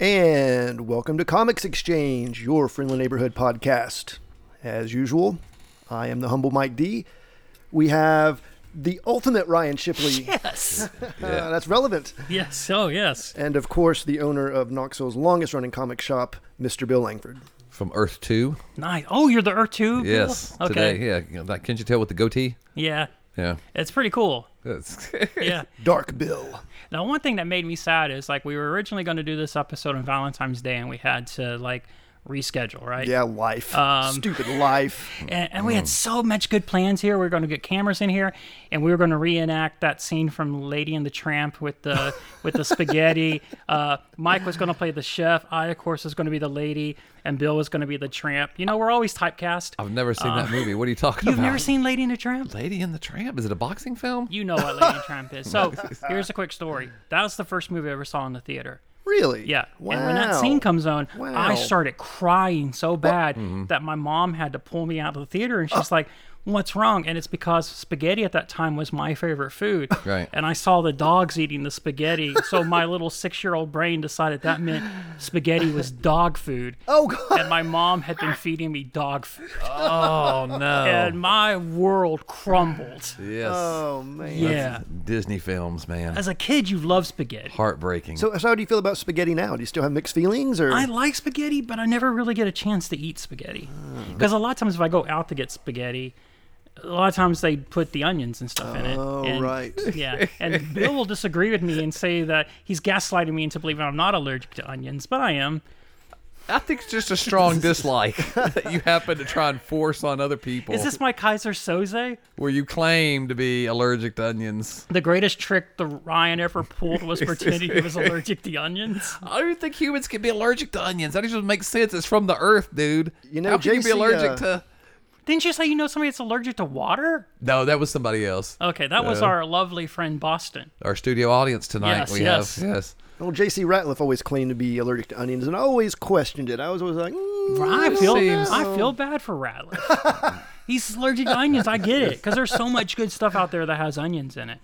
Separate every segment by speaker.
Speaker 1: And welcome to Comics Exchange, your friendly neighborhood podcast. As usual, I am the humble Mike D. We have the ultimate Ryan Shipley.
Speaker 2: Yes.
Speaker 1: Uh, that's relevant.
Speaker 2: yes. Oh, yes.
Speaker 1: And of course, the owner of Knoxville's longest running comic shop, Mr. Bill Langford.
Speaker 3: from Earth Two.
Speaker 2: Nice. Oh, you're the Earth Two.
Speaker 3: Yes,
Speaker 2: People? Oh, Okay.
Speaker 3: today. Yeah, you know, that- can't you tell with the goatee?
Speaker 2: Yeah.
Speaker 3: Yeah,
Speaker 2: It's pretty cool.
Speaker 3: That's-
Speaker 2: Yeah.
Speaker 1: Dark Bill.
Speaker 2: now, one thing that made me sad is like we were originally going to do this episode on Valentine's Day, and we had to like reschedule, right?
Speaker 1: Yeah, life.
Speaker 2: Um,
Speaker 1: Stupid life.
Speaker 2: And, and we
Speaker 3: Mm.
Speaker 2: had so much good plans here. We were going to get cameras in here, and we were going to reenact that scene from Lady and the Tramp with the with the spaghetti. Uh, Mike was going to play the chef. I, of course, was going to be the lady, and Bill was going to be the tramp. You know, we're always typecast.
Speaker 3: I've never seen that movie. What are you talking
Speaker 2: Uh, You've
Speaker 3: about?
Speaker 2: never seen Lady and the Tramp?
Speaker 3: Lady and the Tramp? Is it a boxing film?
Speaker 2: You know what Lady and Tramp is. So here's a quick story. That was the first movie I ever saw in the theater.
Speaker 1: Really?
Speaker 2: Yeah.
Speaker 1: Wow.
Speaker 2: And when that scene comes on,
Speaker 1: Wow. Mm-hmm.
Speaker 2: I started crying so bad that my mom had to pull me out of the theater and
Speaker 1: Oh.
Speaker 2: she's like, What's wrong? And it's because spaghetti at that time was my favorite food.
Speaker 3: Right.
Speaker 2: And I saw the dogs eating the spaghetti. So my little six year old brain decided that meant spaghetti was dog food.
Speaker 1: Oh, God.
Speaker 2: And my mom had been feeding me dog food.
Speaker 3: Oh no.
Speaker 2: And my world crumbled.
Speaker 3: yes.
Speaker 1: Oh, man.
Speaker 2: Yeah.
Speaker 3: Disney films, man.
Speaker 2: As a kid, you love spaghetti.
Speaker 3: Heartbreaking.
Speaker 1: So, so how do you feel about spaghetti now? Do you still have mixed feelings, or
Speaker 2: I like spaghetti, but I never really get a chance to eat spaghetti.
Speaker 1: Hmm.
Speaker 2: Because a lot of times, if I go out to get spaghetti, a lot of times they put the onions and stuff in it.
Speaker 1: Oh,
Speaker 2: and-
Speaker 1: right.
Speaker 2: Yeah. And Bill will disagree with me and say that he's gaslighting me into believing I'm not allergic to onions, but I am.
Speaker 3: I think it's just a strong dislike that you happen to try and force on other people,
Speaker 2: Is this my Kaiser Soze?
Speaker 3: where you claim to be allergic to onions.
Speaker 2: The greatest trick the Ryan ever pulled was pretending he was allergic to onions.
Speaker 3: I don't think humans can be allergic to onions. That doesn't even make sense. It's from the earth, dude.
Speaker 1: You know,
Speaker 3: how can you be
Speaker 1: JC,
Speaker 3: allergic
Speaker 1: uh,
Speaker 3: to?
Speaker 2: Didn't you say you know somebody that's allergic to water?
Speaker 3: No, that was somebody else.
Speaker 2: Okay, that was our lovely friend Boston.
Speaker 3: our studio audience tonight.
Speaker 2: Yes,
Speaker 3: we
Speaker 2: yes.
Speaker 3: have yes.
Speaker 1: well, J.C. Ratliff always claimed to be allergic to onions, and I always questioned it. I was always like, mm,
Speaker 2: I feel
Speaker 3: Seems-
Speaker 2: I feel bad for Ratliff. He's allergic to onions. I get it because there's so much good stuff out there that has onions in it.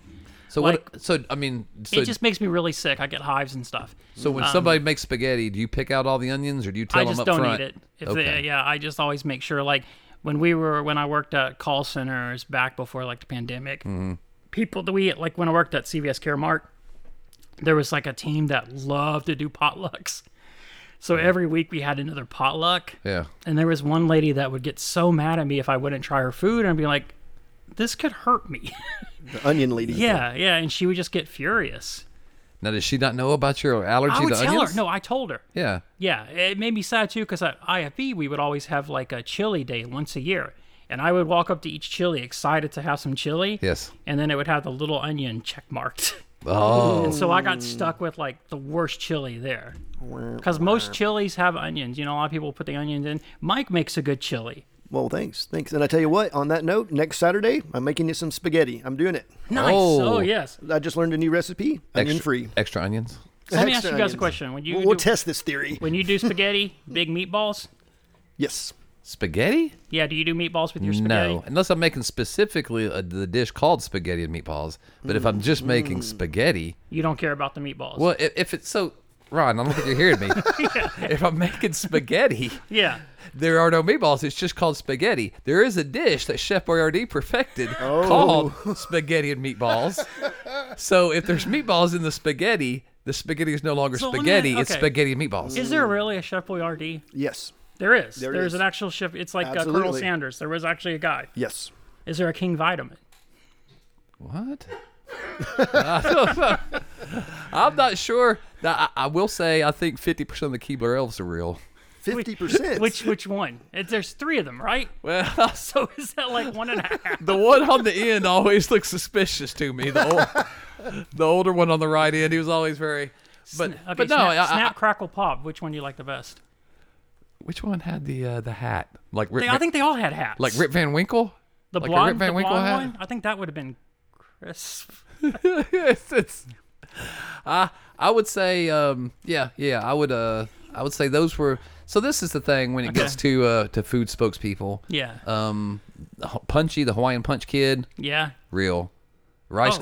Speaker 3: So
Speaker 2: Like-
Speaker 3: what? So I mean, so,
Speaker 2: it just makes me really sick. I get hives and stuff.
Speaker 3: so when somebody makes spaghetti, do you pick out all the onions or do you tell
Speaker 2: I
Speaker 3: them
Speaker 2: just
Speaker 3: up
Speaker 2: don't
Speaker 3: front?
Speaker 2: eat it. If they-
Speaker 3: okay.
Speaker 2: yeah, I just always make sure. Like when we were when I worked at call centers back before like the pandemic,
Speaker 3: Mm-hmm.
Speaker 2: people that we like when I worked at CVS Caremark, there was like a team that loved to do potlucks. So every week we had another potluck.
Speaker 3: yeah.
Speaker 2: And there was one lady that would get so mad at me if I wouldn't try her food and I'd be like, this could hurt me.
Speaker 1: the onion lady.
Speaker 2: yeah, yeah. And she would just get furious.
Speaker 3: Now does she not know about your allergy
Speaker 2: I would
Speaker 3: to
Speaker 2: tell
Speaker 3: onions?
Speaker 2: her. No, I told her.
Speaker 3: Yeah.
Speaker 2: Yeah. It made me sad too because at IFB, we would always have like a chili day once a year. And I would walk up to each chili excited to have some chili.
Speaker 3: Yes.
Speaker 2: And then it would have the little onion check marked.
Speaker 3: Oh.
Speaker 2: And so I got stuck with like the worst chili there. Because most chilies have onions. You know, a lot of people put the onions in. Mike makes a good chili.
Speaker 1: Well, thanks, thanks. And I tell you what. On that note, next Saturday, I'm making you some spaghetti. I'm doing it.
Speaker 2: Nice.
Speaker 3: Oh.
Speaker 2: oh yes.
Speaker 1: I just learned a new recipe, onion
Speaker 3: Extra-
Speaker 1: free.
Speaker 3: Extra onions.
Speaker 2: So let me ask
Speaker 1: Extra
Speaker 2: you guys a
Speaker 1: onions.
Speaker 2: question. When you
Speaker 1: We'll, we'll
Speaker 2: do,
Speaker 1: test this theory.
Speaker 2: when you do spaghetti, big meatballs.
Speaker 1: Yes.
Speaker 3: Spaghetti?
Speaker 2: Yeah, do you do meatballs with your spaghetti?
Speaker 3: No, unless I'm making specifically a, the dish called spaghetti and meatballs. But if I'm
Speaker 2: Mm.
Speaker 3: just making spaghetti,
Speaker 2: You don't care about the meatballs.
Speaker 3: well, if, if it's so, Ron, I don't think you're hearing me. If I'm making spaghetti,
Speaker 2: Yeah.
Speaker 3: There are no meatballs. It's just called spaghetti. There is a dish that Chef Boyardee perfected called spaghetti and meatballs. so if there's meatballs in the spaghetti, the spaghetti is no longer
Speaker 2: So let me-
Speaker 3: spaghetti. It's
Speaker 2: okay.
Speaker 3: spaghetti and meatballs.
Speaker 2: Is there really a Chef Boyardee?
Speaker 1: Yes.
Speaker 2: There is. There
Speaker 1: is.
Speaker 2: is an actual chef. It's like uh, Colonel
Speaker 1: Absolutely.
Speaker 2: Sanders. There was actually a guy.
Speaker 1: Yes.
Speaker 2: Is there a King Vitamin?
Speaker 3: what? I'm not sure. Now, I, I will say I think 50% of the Keebler elves are real.
Speaker 1: Fifty percent.
Speaker 2: Which which one? It, there's three of them, right?
Speaker 3: Well,
Speaker 2: So is that like one and a half?
Speaker 3: the one on the end always looks suspicious to me. The, old, the older one on the right end, he was always very. But,
Speaker 2: Okay,
Speaker 3: but no,
Speaker 2: snap,
Speaker 3: I- I-
Speaker 2: snap crackle, pop. Which one do you like the best?
Speaker 3: Which one had the uh, the hat? Like Rip,
Speaker 2: They, I think they all had hats.
Speaker 3: like Rip Van Winkle.
Speaker 2: the
Speaker 3: like a Rip
Speaker 2: blonde,
Speaker 3: Van
Speaker 2: the
Speaker 3: Winkle
Speaker 2: blonde
Speaker 3: hat?
Speaker 2: one. I think that would have been crisp.
Speaker 3: yes, it's. I I would say um, yeah yeah I would uh I would say those were so this is the thing when it gets to uh to food spokespeople
Speaker 2: Yeah.
Speaker 3: um H- Punchy the Hawaiian Punch Kid
Speaker 2: yeah. Oh.
Speaker 3: real rice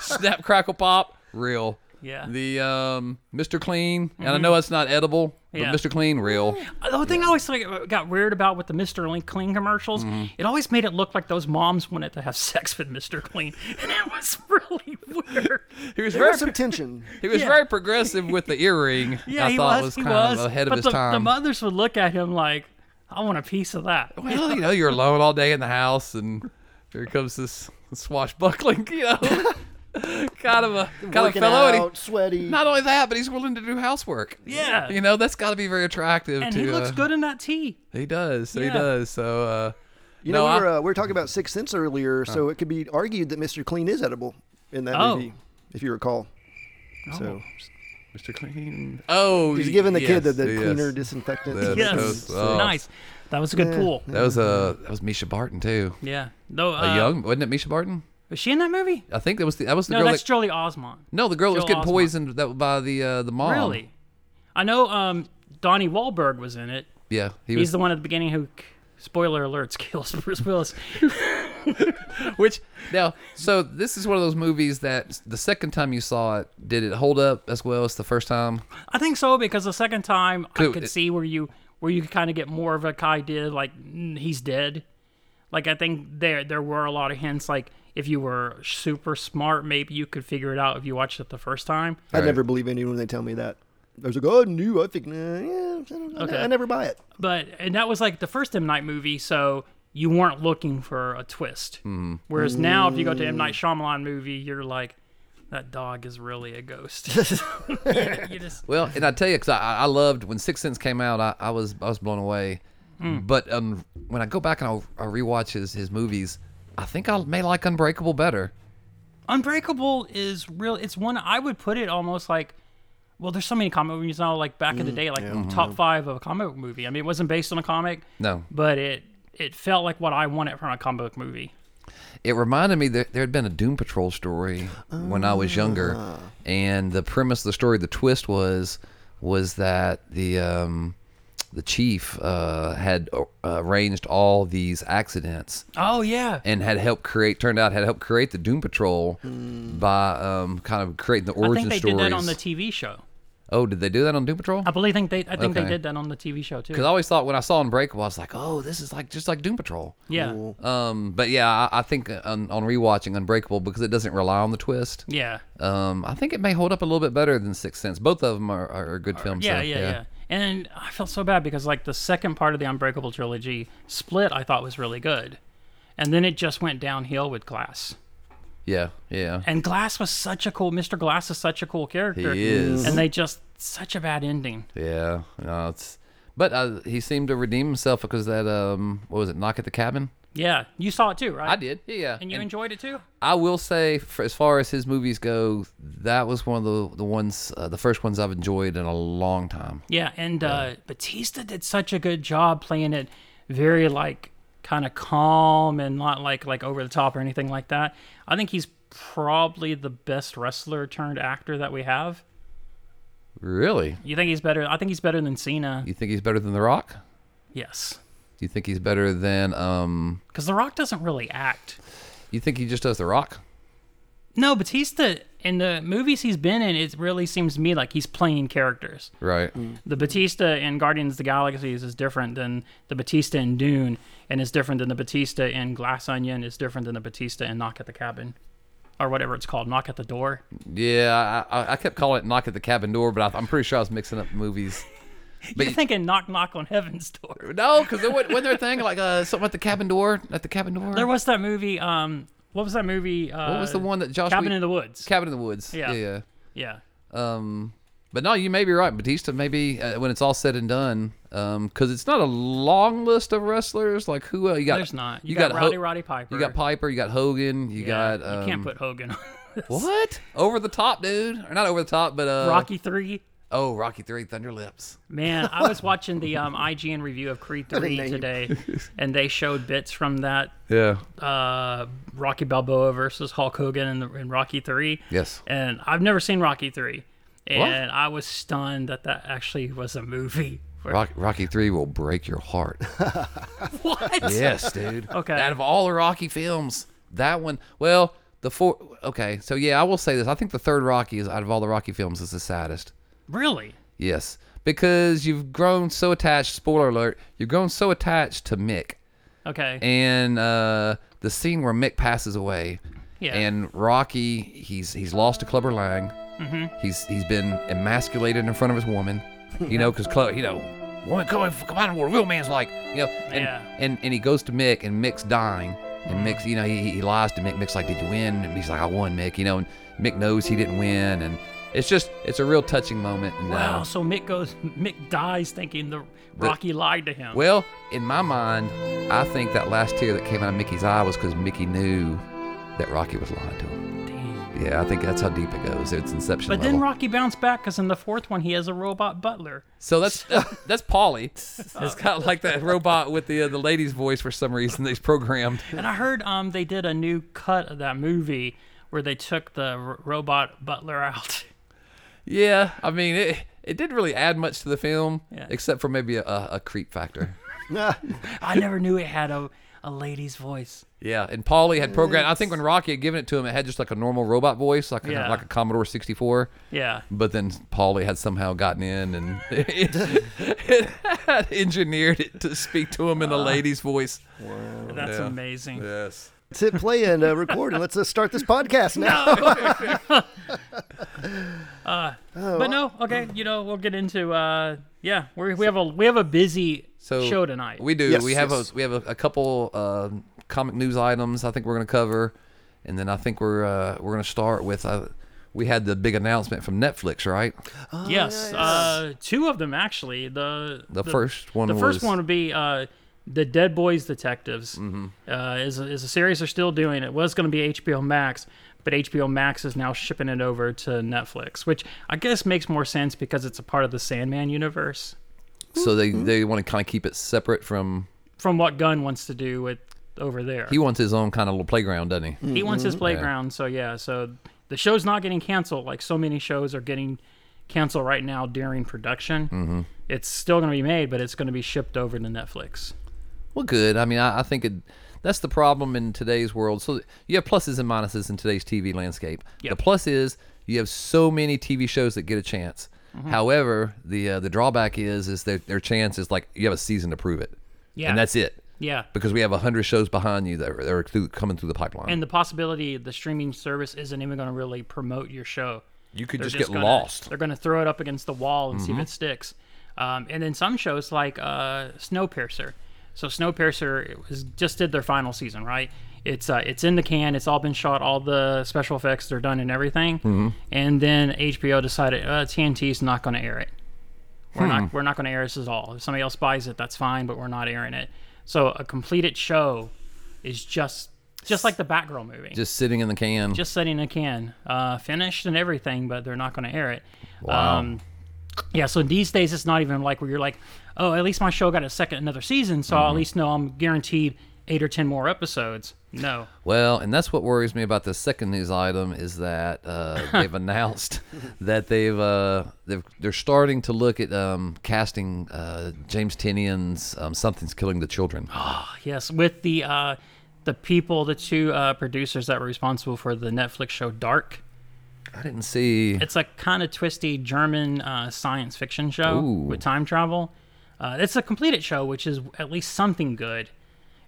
Speaker 3: snap crackle pop real
Speaker 2: Yeah. Mm-hmm.
Speaker 3: The um, Mr. Clean, and I know it's not edible, but
Speaker 2: Yeah.
Speaker 3: Mr. Clean, real.
Speaker 2: The whole thing I always like got weird about with the Mister Clean commercials,
Speaker 3: Mm-hmm.
Speaker 2: it always made it look like those moms wanted to have sex with Mister Clean, and it was really weird.
Speaker 3: He was
Speaker 1: There
Speaker 3: very
Speaker 1: was some tension.
Speaker 3: he was
Speaker 2: yeah.
Speaker 3: very progressive with the earring.
Speaker 2: Yeah,
Speaker 3: I
Speaker 2: he
Speaker 3: thought
Speaker 2: was.
Speaker 3: was
Speaker 2: he
Speaker 3: kind
Speaker 2: was
Speaker 3: of ahead
Speaker 2: but
Speaker 3: of his
Speaker 2: the,
Speaker 3: time.
Speaker 2: The mothers would look at him like, "I want a piece of that."
Speaker 3: well, you know, you're alone all day in the house, and here comes this swashbuckling, you know, kind of a kind
Speaker 1: Working
Speaker 3: of fellow. And
Speaker 1: out, sweaty.
Speaker 3: he, not only that, but he's willing to do housework.
Speaker 2: Yeah.
Speaker 3: you know, that's got to be very attractive.
Speaker 2: and
Speaker 3: to,
Speaker 2: he looks
Speaker 3: uh,
Speaker 2: good in that tee.
Speaker 3: He does. He
Speaker 2: Yeah.
Speaker 3: does. So, uh,
Speaker 1: you
Speaker 3: no,
Speaker 1: know,
Speaker 3: I- Oh.
Speaker 1: we, were, uh, we were talking about Sixth Sense earlier, so it could be argued that Mr. Clean is edible in that
Speaker 2: Oh.
Speaker 1: movie, if you recall.
Speaker 3: Oh.
Speaker 1: So
Speaker 3: Mr. Clean. Oh,
Speaker 1: he's giving the
Speaker 3: yes,
Speaker 1: kid the, the
Speaker 3: yes.
Speaker 1: cleaner disinfectant.
Speaker 3: That
Speaker 2: Yes,
Speaker 3: was- oh.
Speaker 2: nice. That was a good pool.
Speaker 3: That was uh, that was Misha Barton too.
Speaker 2: Yeah. No. Uh,
Speaker 3: A young wasn't it Misha Barton?
Speaker 2: Was she in that movie?
Speaker 3: I think that was the that was the
Speaker 2: No,
Speaker 3: girl
Speaker 2: that's
Speaker 3: that
Speaker 2: Jolie Osmond.
Speaker 3: no the girl that was
Speaker 2: Jill
Speaker 3: getting
Speaker 2: Osment.
Speaker 3: poisoned that by the uh, the mom.
Speaker 2: Really? I know. Um, Donnie Wahlberg was in it.
Speaker 3: Yeah, he
Speaker 2: He's
Speaker 3: was.
Speaker 2: the one at the beginning who, spoiler alerts, kills Bruce Willis.
Speaker 3: which now, so this is one of those movies that the second time you saw it, did it hold up as well as the first time?
Speaker 2: I think so because the second time I
Speaker 3: Cool.
Speaker 2: could see where you where you kind of get more of a idea like mm, he's dead. Like I think there there were a lot of hints like if you were super smart maybe you could figure it out if you watched it the first time.
Speaker 1: I never believe anyone when they tell me that. I was like, oh, new. I think, nah, yeah, I, don't,
Speaker 2: Okay.
Speaker 1: I never buy it.
Speaker 2: But and that was like the first M Night movie, so you weren't looking for a twist.
Speaker 3: Mm-hmm.
Speaker 2: Mm. Whereas now if you go to M Night Shyamalan movie, you're like that dog is really a ghost. you, you just
Speaker 3: Well, and I tell you, because I, I loved when Sixth Sense came out, I, I was I was blown away.
Speaker 2: Hmm.
Speaker 3: But um, when I go back and I, I rewatch his his movies, I think I may like Unbreakable better.
Speaker 2: Unbreakable is real. It's one I would put it almost like. Well, there's so many comic movies now. Like back
Speaker 3: Mm,
Speaker 2: in the day, like
Speaker 3: Mm-hmm.
Speaker 2: top five of a comic book movie. I mean, it wasn't based on a comic,
Speaker 3: No,
Speaker 2: but it it felt like what I wanted from a comic book movie.
Speaker 3: it reminded me that there had been a Doom Patrol story when I was younger, and the premise of the story, the twist was, was that the um, the chief uh, had uh, arranged all these accidents
Speaker 2: Oh yeah,
Speaker 3: and had helped create. Turned out had helped create the Doom Patrol by um, kind of creating the
Speaker 2: I
Speaker 3: origin
Speaker 2: think they
Speaker 3: stories.
Speaker 2: did that on the TV show.
Speaker 3: oh, did they do that on Doom Patrol?
Speaker 2: I believe think they I think
Speaker 3: Okay.
Speaker 2: they did that on the TV show too.
Speaker 3: Because I always thought when I saw Unbreakable, I was like, oh, this is like just like Doom Patrol.
Speaker 2: yeah,
Speaker 3: Um, but yeah, I, I think on, on rewatching Unbreakable because it doesn't rely on the twist.
Speaker 2: yeah,
Speaker 3: Um, I think it may hold up a little bit better than Sixth Sense. Both of them are, are good films.
Speaker 2: yeah, yeah,
Speaker 3: so,
Speaker 2: yeah, And I felt so bad because like the second part of the Unbreakable trilogy, Split, I thought was really good, and then it just went downhill with Glass.
Speaker 3: yeah, yeah.
Speaker 2: And Glass was such a cool Mr. Glass is such a cool character.
Speaker 3: He is.
Speaker 2: And they just such a bad ending.
Speaker 3: yeah. No, it's, but uh, he seemed to redeem himself because that um, what was it? Knock at the cabin.
Speaker 2: Yeah. You saw it too, right?
Speaker 3: I did. Yeah.
Speaker 2: And you enjoyed it too?
Speaker 3: I will say, for, as far as his movies go, that was one of the the ones, uh, the first ones I've enjoyed in a long time.
Speaker 2: Yeah, and uh Batista did such a good job playing it very like kind of calm and not like like over the top or anything like that. I think he's probably the best wrestler turned actor that we have.
Speaker 3: Really?
Speaker 2: You think he's better? I think he's better than Cena.
Speaker 3: You think he's better than The Rock?
Speaker 2: Yes.
Speaker 3: Do you think he's better than um?
Speaker 2: Cuz The Rock doesn't really act.
Speaker 3: You think he just does The Rock?
Speaker 2: No, Batista in the movies he's been in, it really seems to me like he's playing characters.
Speaker 3: Right.
Speaker 2: the Batista in Guardians of the Galaxies is different than the Batista in Dune, and is different than the Batista in Glass Onion, is different than the Batista in Knock at the Cabin, or whatever it's called, Knock at the Door.
Speaker 3: Yeah, I, I- I kept calling it "Knock at the Cabin Door," but I, I'm pretty sure I was mixing up movies. But
Speaker 2: You're thinking Knock Knock on Heaven's Door.
Speaker 3: no, because there wasn't, wasn't there a thing like uh, something at the cabin door? At the cabin door.
Speaker 2: There was that movie. Um, what was that movie? Uh,
Speaker 3: What was the one that Josh?
Speaker 2: Cabin
Speaker 3: Whe-
Speaker 2: in the Woods.
Speaker 3: Cabin in the Woods.
Speaker 2: Yeah.
Speaker 3: yeah.
Speaker 2: yeah.
Speaker 3: Um, but no, you may be right. Batista, maybe uh, when it's all said and done, because it's not a long list of wrestlers. Like who? Uh, you got?
Speaker 2: There's not. You,
Speaker 3: you
Speaker 2: got,
Speaker 3: got Ho-
Speaker 2: Rowdy Roddy Piper.
Speaker 3: You got Piper. You got Hogan. You
Speaker 2: Yeah,
Speaker 3: got. Um,
Speaker 2: you can't put Hogan on. this.
Speaker 3: what? Over the top, dude, or not over the top, but uh,
Speaker 2: Rocky Three.
Speaker 3: Oh, Rocky Three, Thunder Lips.
Speaker 2: Man, I was watching the um, IGN review of Creed 3
Speaker 1: name.
Speaker 2: today, and they showed bits from that
Speaker 3: Yeah.
Speaker 2: uh, Rocky Balboa versus Hulk Hogan in, the, in Rocky Three.
Speaker 3: Yes.
Speaker 2: And I've never seen Rocky Three, and I was stunned that that actually was a movie. Where-
Speaker 3: Rock, Rocky Three will break your heart.
Speaker 2: What?
Speaker 3: yes, dude.
Speaker 2: Okay.
Speaker 3: Out of all the Rocky films, that one. Well, the four. Okay, so yeah, I will say this. I think the third Rocky is out of all the Rocky films is the saddest.
Speaker 2: Really?
Speaker 3: Yes, because you've grown so attached. Spoiler alert: you've grown so attached to Mick,
Speaker 2: Okay.
Speaker 3: and uh, the scene where Mick passes away,
Speaker 2: Yeah.
Speaker 3: and Rocky, he's he's lost to Clubber Lang.
Speaker 2: Mm-hmm.
Speaker 3: He's he's been emasculated in front of his woman, you know, because Club, you know, woman come on, come on, what a real man's like, you know, and,
Speaker 2: Yeah.
Speaker 3: and and he goes to Mick, and Mick's dying, and Mick's, you know, he, he lies to Mick. Mick's like, did you win? And he's like, I won, Mick, you know, and Mick knows he didn't win, and it's just it's a real touching moment. And, uh,
Speaker 2: wow. So Mick goes. Mick dies thinking the Rocky lied to him.
Speaker 3: Well, in my mind, I think that last tear that came out of Mickey's eye was because Mickey knew that Rocky was lying to him.
Speaker 2: Damn.
Speaker 3: Yeah, I think that's how deep it goes. It's inception
Speaker 2: But
Speaker 3: level.
Speaker 2: then Rocky bounced back because in the fourth one he has a robot butler.
Speaker 3: so that's that's Polly. It's kind of like that robot with the uh, the lady's voice for some reason. They's programmed.
Speaker 2: And I heard um they did a new cut of that movie where they took the r- robot butler out.
Speaker 3: Yeah, I mean it. It didn't really add much to the film,
Speaker 2: Yeah.
Speaker 3: except for maybe a, a, a creep factor.
Speaker 1: Ah,
Speaker 2: I never knew it had a a lady's voice.
Speaker 3: Yeah, and Polly had programmed. I think when Rocky had given it to him, it had just like a normal robot voice, like a,
Speaker 2: Yeah.
Speaker 3: like a Commodore sixty four.
Speaker 2: Yeah.
Speaker 3: But then Paulie had somehow gotten in and had engineered it to speak to him in
Speaker 1: Uh,
Speaker 3: a lady's voice.
Speaker 2: That's
Speaker 3: Yeah.
Speaker 2: amazing.
Speaker 3: Yes.
Speaker 1: let's hit play and uh, record, and let's uh, start this podcast now.
Speaker 2: But no, okay, you know, we'll get into uh yeah, we we have a we have a busy
Speaker 3: So
Speaker 2: show tonight.
Speaker 3: We do.
Speaker 1: Yes,
Speaker 3: we have
Speaker 1: yes.
Speaker 3: a we have a, a couple uh, comic news items. I think we're going to cover, and then I think we're uh, we're going to start with. Uh, we had the big announcement from Netflix, right?
Speaker 2: yes, uh two of them actually. The
Speaker 3: The first one
Speaker 2: The first
Speaker 3: was-
Speaker 2: one would be uh the Dead Boys Detectives
Speaker 3: Mm-hmm.
Speaker 2: uh, is a- is a series they're still doing. It was going to be HBO Max, but HBO Max is now shipping it over to Netflix, which I guess makes more sense because it's a part of the Sandman universe.
Speaker 3: So they
Speaker 1: Mm-hmm.
Speaker 3: they want to kind of keep it separate from.
Speaker 2: From what Gunn wants to do with over there,
Speaker 3: He wants his own kind of little playground, doesn't he?
Speaker 2: he wants his playground so Mm-hmm. yeah so the show's not getting canceled like so many shows are getting canceled right now during production mm-hmm. it's still going to be made but it's going to be shipped over to netflix
Speaker 3: Well, good. I mean, I, I think it, that's the problem in today's world. So you have pluses and minuses in today's TV landscape. The
Speaker 2: Yep.
Speaker 3: plus is you have so many TV shows that get a chance.
Speaker 2: Mm-hmm.
Speaker 3: However, the uh, the drawback is is that their chance is like you have a season to prove it,
Speaker 2: Yeah.
Speaker 3: and that's it.
Speaker 2: yeah
Speaker 3: Because we have a hundred shows behind you that are, that are through, coming through the pipeline,
Speaker 2: and the possibility the streaming service isn't even going to really promote your show
Speaker 3: you could
Speaker 2: They're
Speaker 3: just, get
Speaker 2: gonna-
Speaker 3: lost. Mm-hmm.
Speaker 2: they're going to throw it up against the wall and see if it sticks um, and then some shows like uh, snowpiercer so snowpiercer it was, just did their final season right it's uh, it's in the can it's all been shot all the special effects they're done and everything
Speaker 3: Mm-hmm.
Speaker 2: and then hbo decided uh, tnt's not going to air it we're not
Speaker 3: Hmm.
Speaker 2: we're not going to air this at all if somebody else buys it that's fine but we're not airing it so a completed show is just just like the batgirl movie
Speaker 3: Just sitting in the can.
Speaker 2: just setting a can uh, finished and everything but they're not going to air it
Speaker 3: Wow.
Speaker 2: um, yeah so these days it's not even like where you're like oh at least my show got a second another season so i'll at least know i'm guaranteed eight or ten more episodes no
Speaker 3: Well, and that's what worries me about the second news item is that uh, they've announced that they've, uh, they've they're starting to look at um, casting uh, James Tennion's um, "Something's Killing the Children."
Speaker 2: yes with the uh, the people the two uh, producers that were responsible for the netflix show dark
Speaker 3: I didn't see.
Speaker 2: it's a kind of twisty German uh, science fiction show
Speaker 3: Ooh.
Speaker 2: with time travel. Uh, it's a completed show, which is at least something good.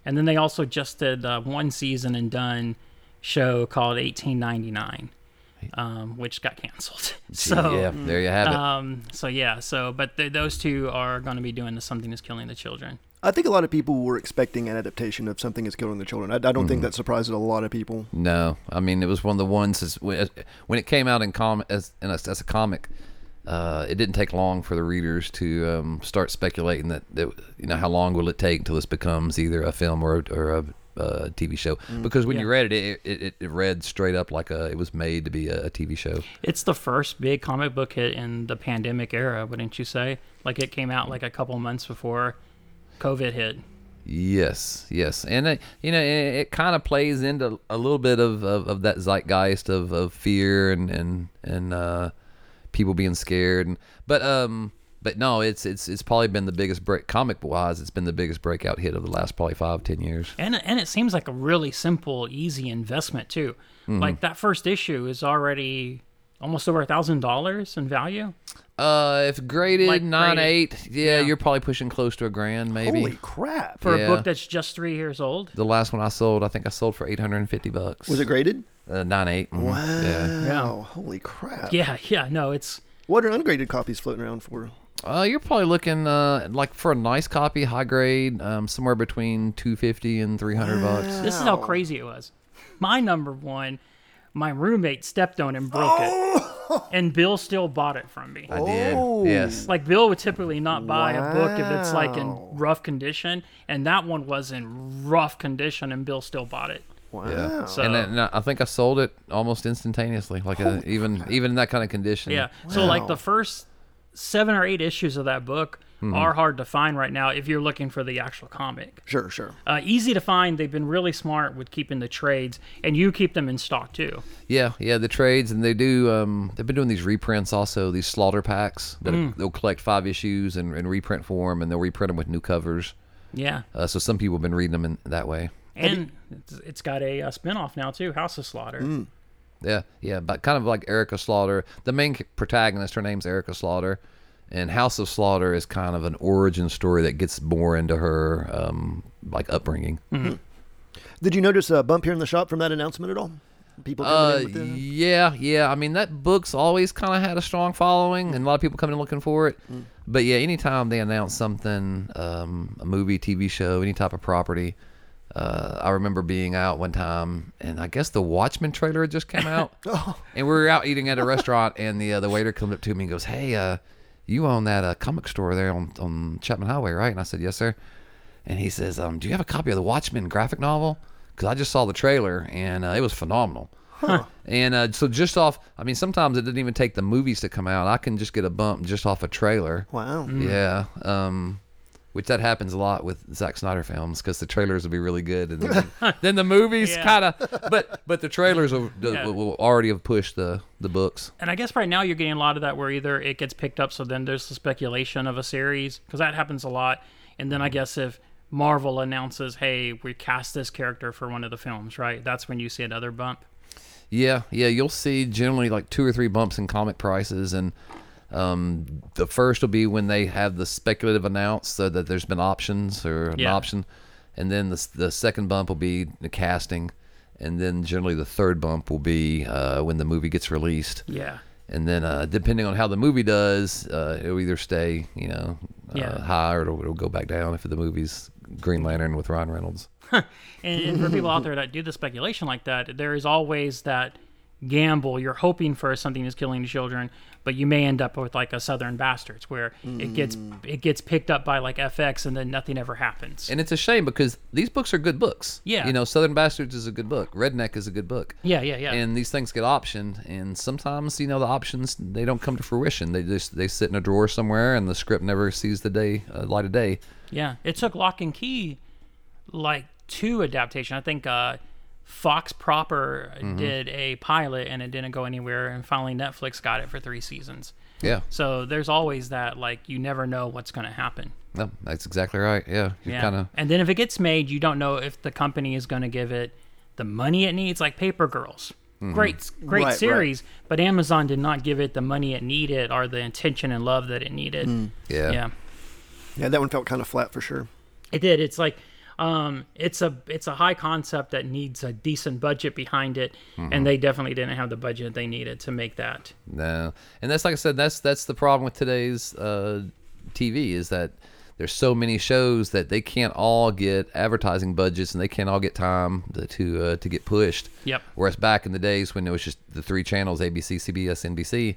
Speaker 2: And then they also just did uh, one season and done show called 1899, um, which got canceled. so
Speaker 3: yeah, there you have it.
Speaker 2: um, so yeah, so but th- those two are going to be doing the something is killing the children.
Speaker 1: I think a lot of people were expecting an adaptation of something is killing the children. I, I don't think that surprises a lot of people.
Speaker 3: No, I mean it was one of the ones that's- when when it came out in com as in a, as a comic. Uh, it didn't take long for the readers to um, start speculating that, that you know how long will it take until this becomes either a film or or a, uh TV show because when you
Speaker 2: Yeah.
Speaker 3: read it it, it it read straight up like a, it was made to be a, a TV show.
Speaker 2: It's the first big comic book hit in the pandemic era, wouldn't you say? Like it came out like a couple months before COVID hit.
Speaker 3: Yes, yes, and it, you know it, it kind of plays into a little bit of, of, of that zeitgeist of, of fear and and and uh, people being scared. And but um, But no, it's it's it's probably been the biggest break comic wise. It's been the biggest breakout hit of the last probably five ten years.
Speaker 2: And and it seems like a really simple, easy investment too.
Speaker 3: Mm-hmm.
Speaker 2: Like that first issue is already almost over a thousand dollars in value.
Speaker 3: Uh, if graded
Speaker 2: Like
Speaker 3: nine
Speaker 2: graded.
Speaker 3: eight, yeah, you're probably pushing close to a grand maybe.
Speaker 1: Holy crap!
Speaker 2: For
Speaker 3: Yeah.
Speaker 2: a book that's just three years old.
Speaker 3: the last one I sold, I think I sold for eight hundred and fifty bucks.
Speaker 1: Was it graded?
Speaker 3: uh, nine eight? mhm.
Speaker 1: Wow!
Speaker 3: Yeah.
Speaker 1: Holy crap!
Speaker 2: Yeah, yeah, no, it's
Speaker 1: What are ungraded copies floating around for?
Speaker 3: Uh, you're probably looking uh like for a nice copy, high grade, um, somewhere between two fifty and three hundred bucks.
Speaker 2: this is how crazy it was. My number one, my roommate stepped on and broke it, and Bill still bought it from me.
Speaker 3: I did.
Speaker 1: Oh.
Speaker 3: Yes.
Speaker 2: Like Bill would typically not buy a book if it's like in rough condition, and that one was in rough condition, and Bill still bought it.
Speaker 1: Wow!
Speaker 3: Yeah.
Speaker 2: So-
Speaker 3: and, then, and I think I sold it almost instantaneously, like uh even even in that kind of condition.
Speaker 2: Yeah. So like the first seven or eight issues of that book are hard to find right now if you're looking for the actual comic.
Speaker 1: Sure, sure.
Speaker 2: Uh, easy to find. They've been really smart with keeping the trades, and you keep them in stock too.
Speaker 3: Yeah, yeah, the trades, and they do. Um, they've been doing these reprints also, these slaughter packs that
Speaker 2: Mm.
Speaker 3: they'll collect five issues and, and reprint for them, and they'll reprint them with new covers.
Speaker 2: Yeah.
Speaker 3: Uh, so some people have been reading them in that way.
Speaker 2: And it's, it's got a, uh spinoff now too, House of Slaughter.
Speaker 3: Yeah, yeah, but kind of like Erica Slaughter, the main c- protagonist, her name's Erica Slaughter, and House of Slaughter is kind of an origin story that gets more into her um, like upbringing.
Speaker 1: Did you notice a bump here in the shop from that announcement at all? People coming
Speaker 3: Uh,
Speaker 1: in with the...
Speaker 3: yeah, yeah. I mean, that book's always kind of had a strong following, and a lot of people coming in looking for it.
Speaker 1: Mm.
Speaker 3: But yeah, anytime they announce something, um, a movie, TV show, any type of property, uh, I remember being out one time, and I guess the Watchmen trailer had just came out,
Speaker 1: Oh.
Speaker 3: and we were out eating at a restaurant, and the uh, the waiter comes up to me and goes, "Hey, uh, you own that uh, comic store there on on Chapman Highway, right?" And I said, "Yes, sir." and he says, um, "Do you have a copy of the Watchmen graphic novel? Because I just saw the trailer and uh, it was phenomenal." And uh, so just off, I mean, sometimes it doesn't even take the movies to come out. I can just get a bump just off a trailer.
Speaker 1: Wow.
Speaker 3: Yeah, um, which that happens a lot with Zack Snyder films because the trailers will be really good, and then, then the movies
Speaker 2: Yeah.
Speaker 3: kind of. But but the trailers will,
Speaker 2: Yeah.
Speaker 3: will, will already have pushed the the books.
Speaker 2: And I guess right now you're getting a lot of that where either it gets picked up, so then there's the speculation of a series because that happens a lot. And then I guess if Marvel announces, "Hey, we cast this character for one of the films," right? That's when you see another bump.
Speaker 3: Yeah, yeah, you'll see generally like two or three bumps in comic prices, and um, the first will be when they have the speculative announce so that there's been options or an
Speaker 2: Yeah.
Speaker 3: option, and then the s- the second bump will be the casting, and then generally the third bump will be uh, when the movie gets released,
Speaker 2: Yeah.
Speaker 3: and then uh, depending on how the movie does, uh, it'll either stay you know uh,
Speaker 2: Yeah.
Speaker 3: high or it'll, it'll go back down if the movie's Green Lantern with Ryan Reynolds.
Speaker 2: And, and for people out there that do the speculation like that, there is always that gamble. You're hoping for something that's killing children, but you may end up with like a Southern Bastards where it gets it gets picked up by like FX and then nothing ever happens.
Speaker 3: Mm. And it's a shame because these books are good books.
Speaker 2: Yeah.
Speaker 3: You know, Southern Bastards is a good book. Redneck is a good book.
Speaker 2: yeah, yeah, yeah.
Speaker 3: And these things get optioned, and sometimes you know the options they don't come to fruition. They just they sit in a drawer somewhere, and the script never sees the day uh, light of day.
Speaker 2: Yeah, it took Lock and Key like two adaptation. I think uh, Fox proper
Speaker 3: Mm-hmm.
Speaker 2: did a pilot and it didn't go anywhere, and finally Netflix got it for three seasons.
Speaker 3: Yeah,
Speaker 2: So there's always that like you never know what's going to happen.
Speaker 3: no, that's exactly right. Yeah, you're
Speaker 2: Yeah,
Speaker 3: kind of
Speaker 2: and then if it gets made, you don't know if the company is going to give it the money it needs, like Paper Girls. Great,
Speaker 1: Right,
Speaker 2: great
Speaker 1: right.
Speaker 2: series, but Amazon did not give it the money it needed or the intention and love that it needed.
Speaker 1: Mm.
Speaker 3: yeah.
Speaker 2: Yeah.
Speaker 1: Yeah, that one felt kind of flat for sure.
Speaker 2: It did. It's like um, it's a it's a high concept that needs a decent budget behind it, and they definitely didn't have the budget they needed to make that.
Speaker 3: No, and that's like I said. That's that's the problem with today's uh, TV is that there's so many shows that they can't all get advertising budgets and they can't all get time to to, uh, to get pushed.
Speaker 2: Yep.
Speaker 3: Whereas back in the days when it was just the three channels ABC, CBS, NBC,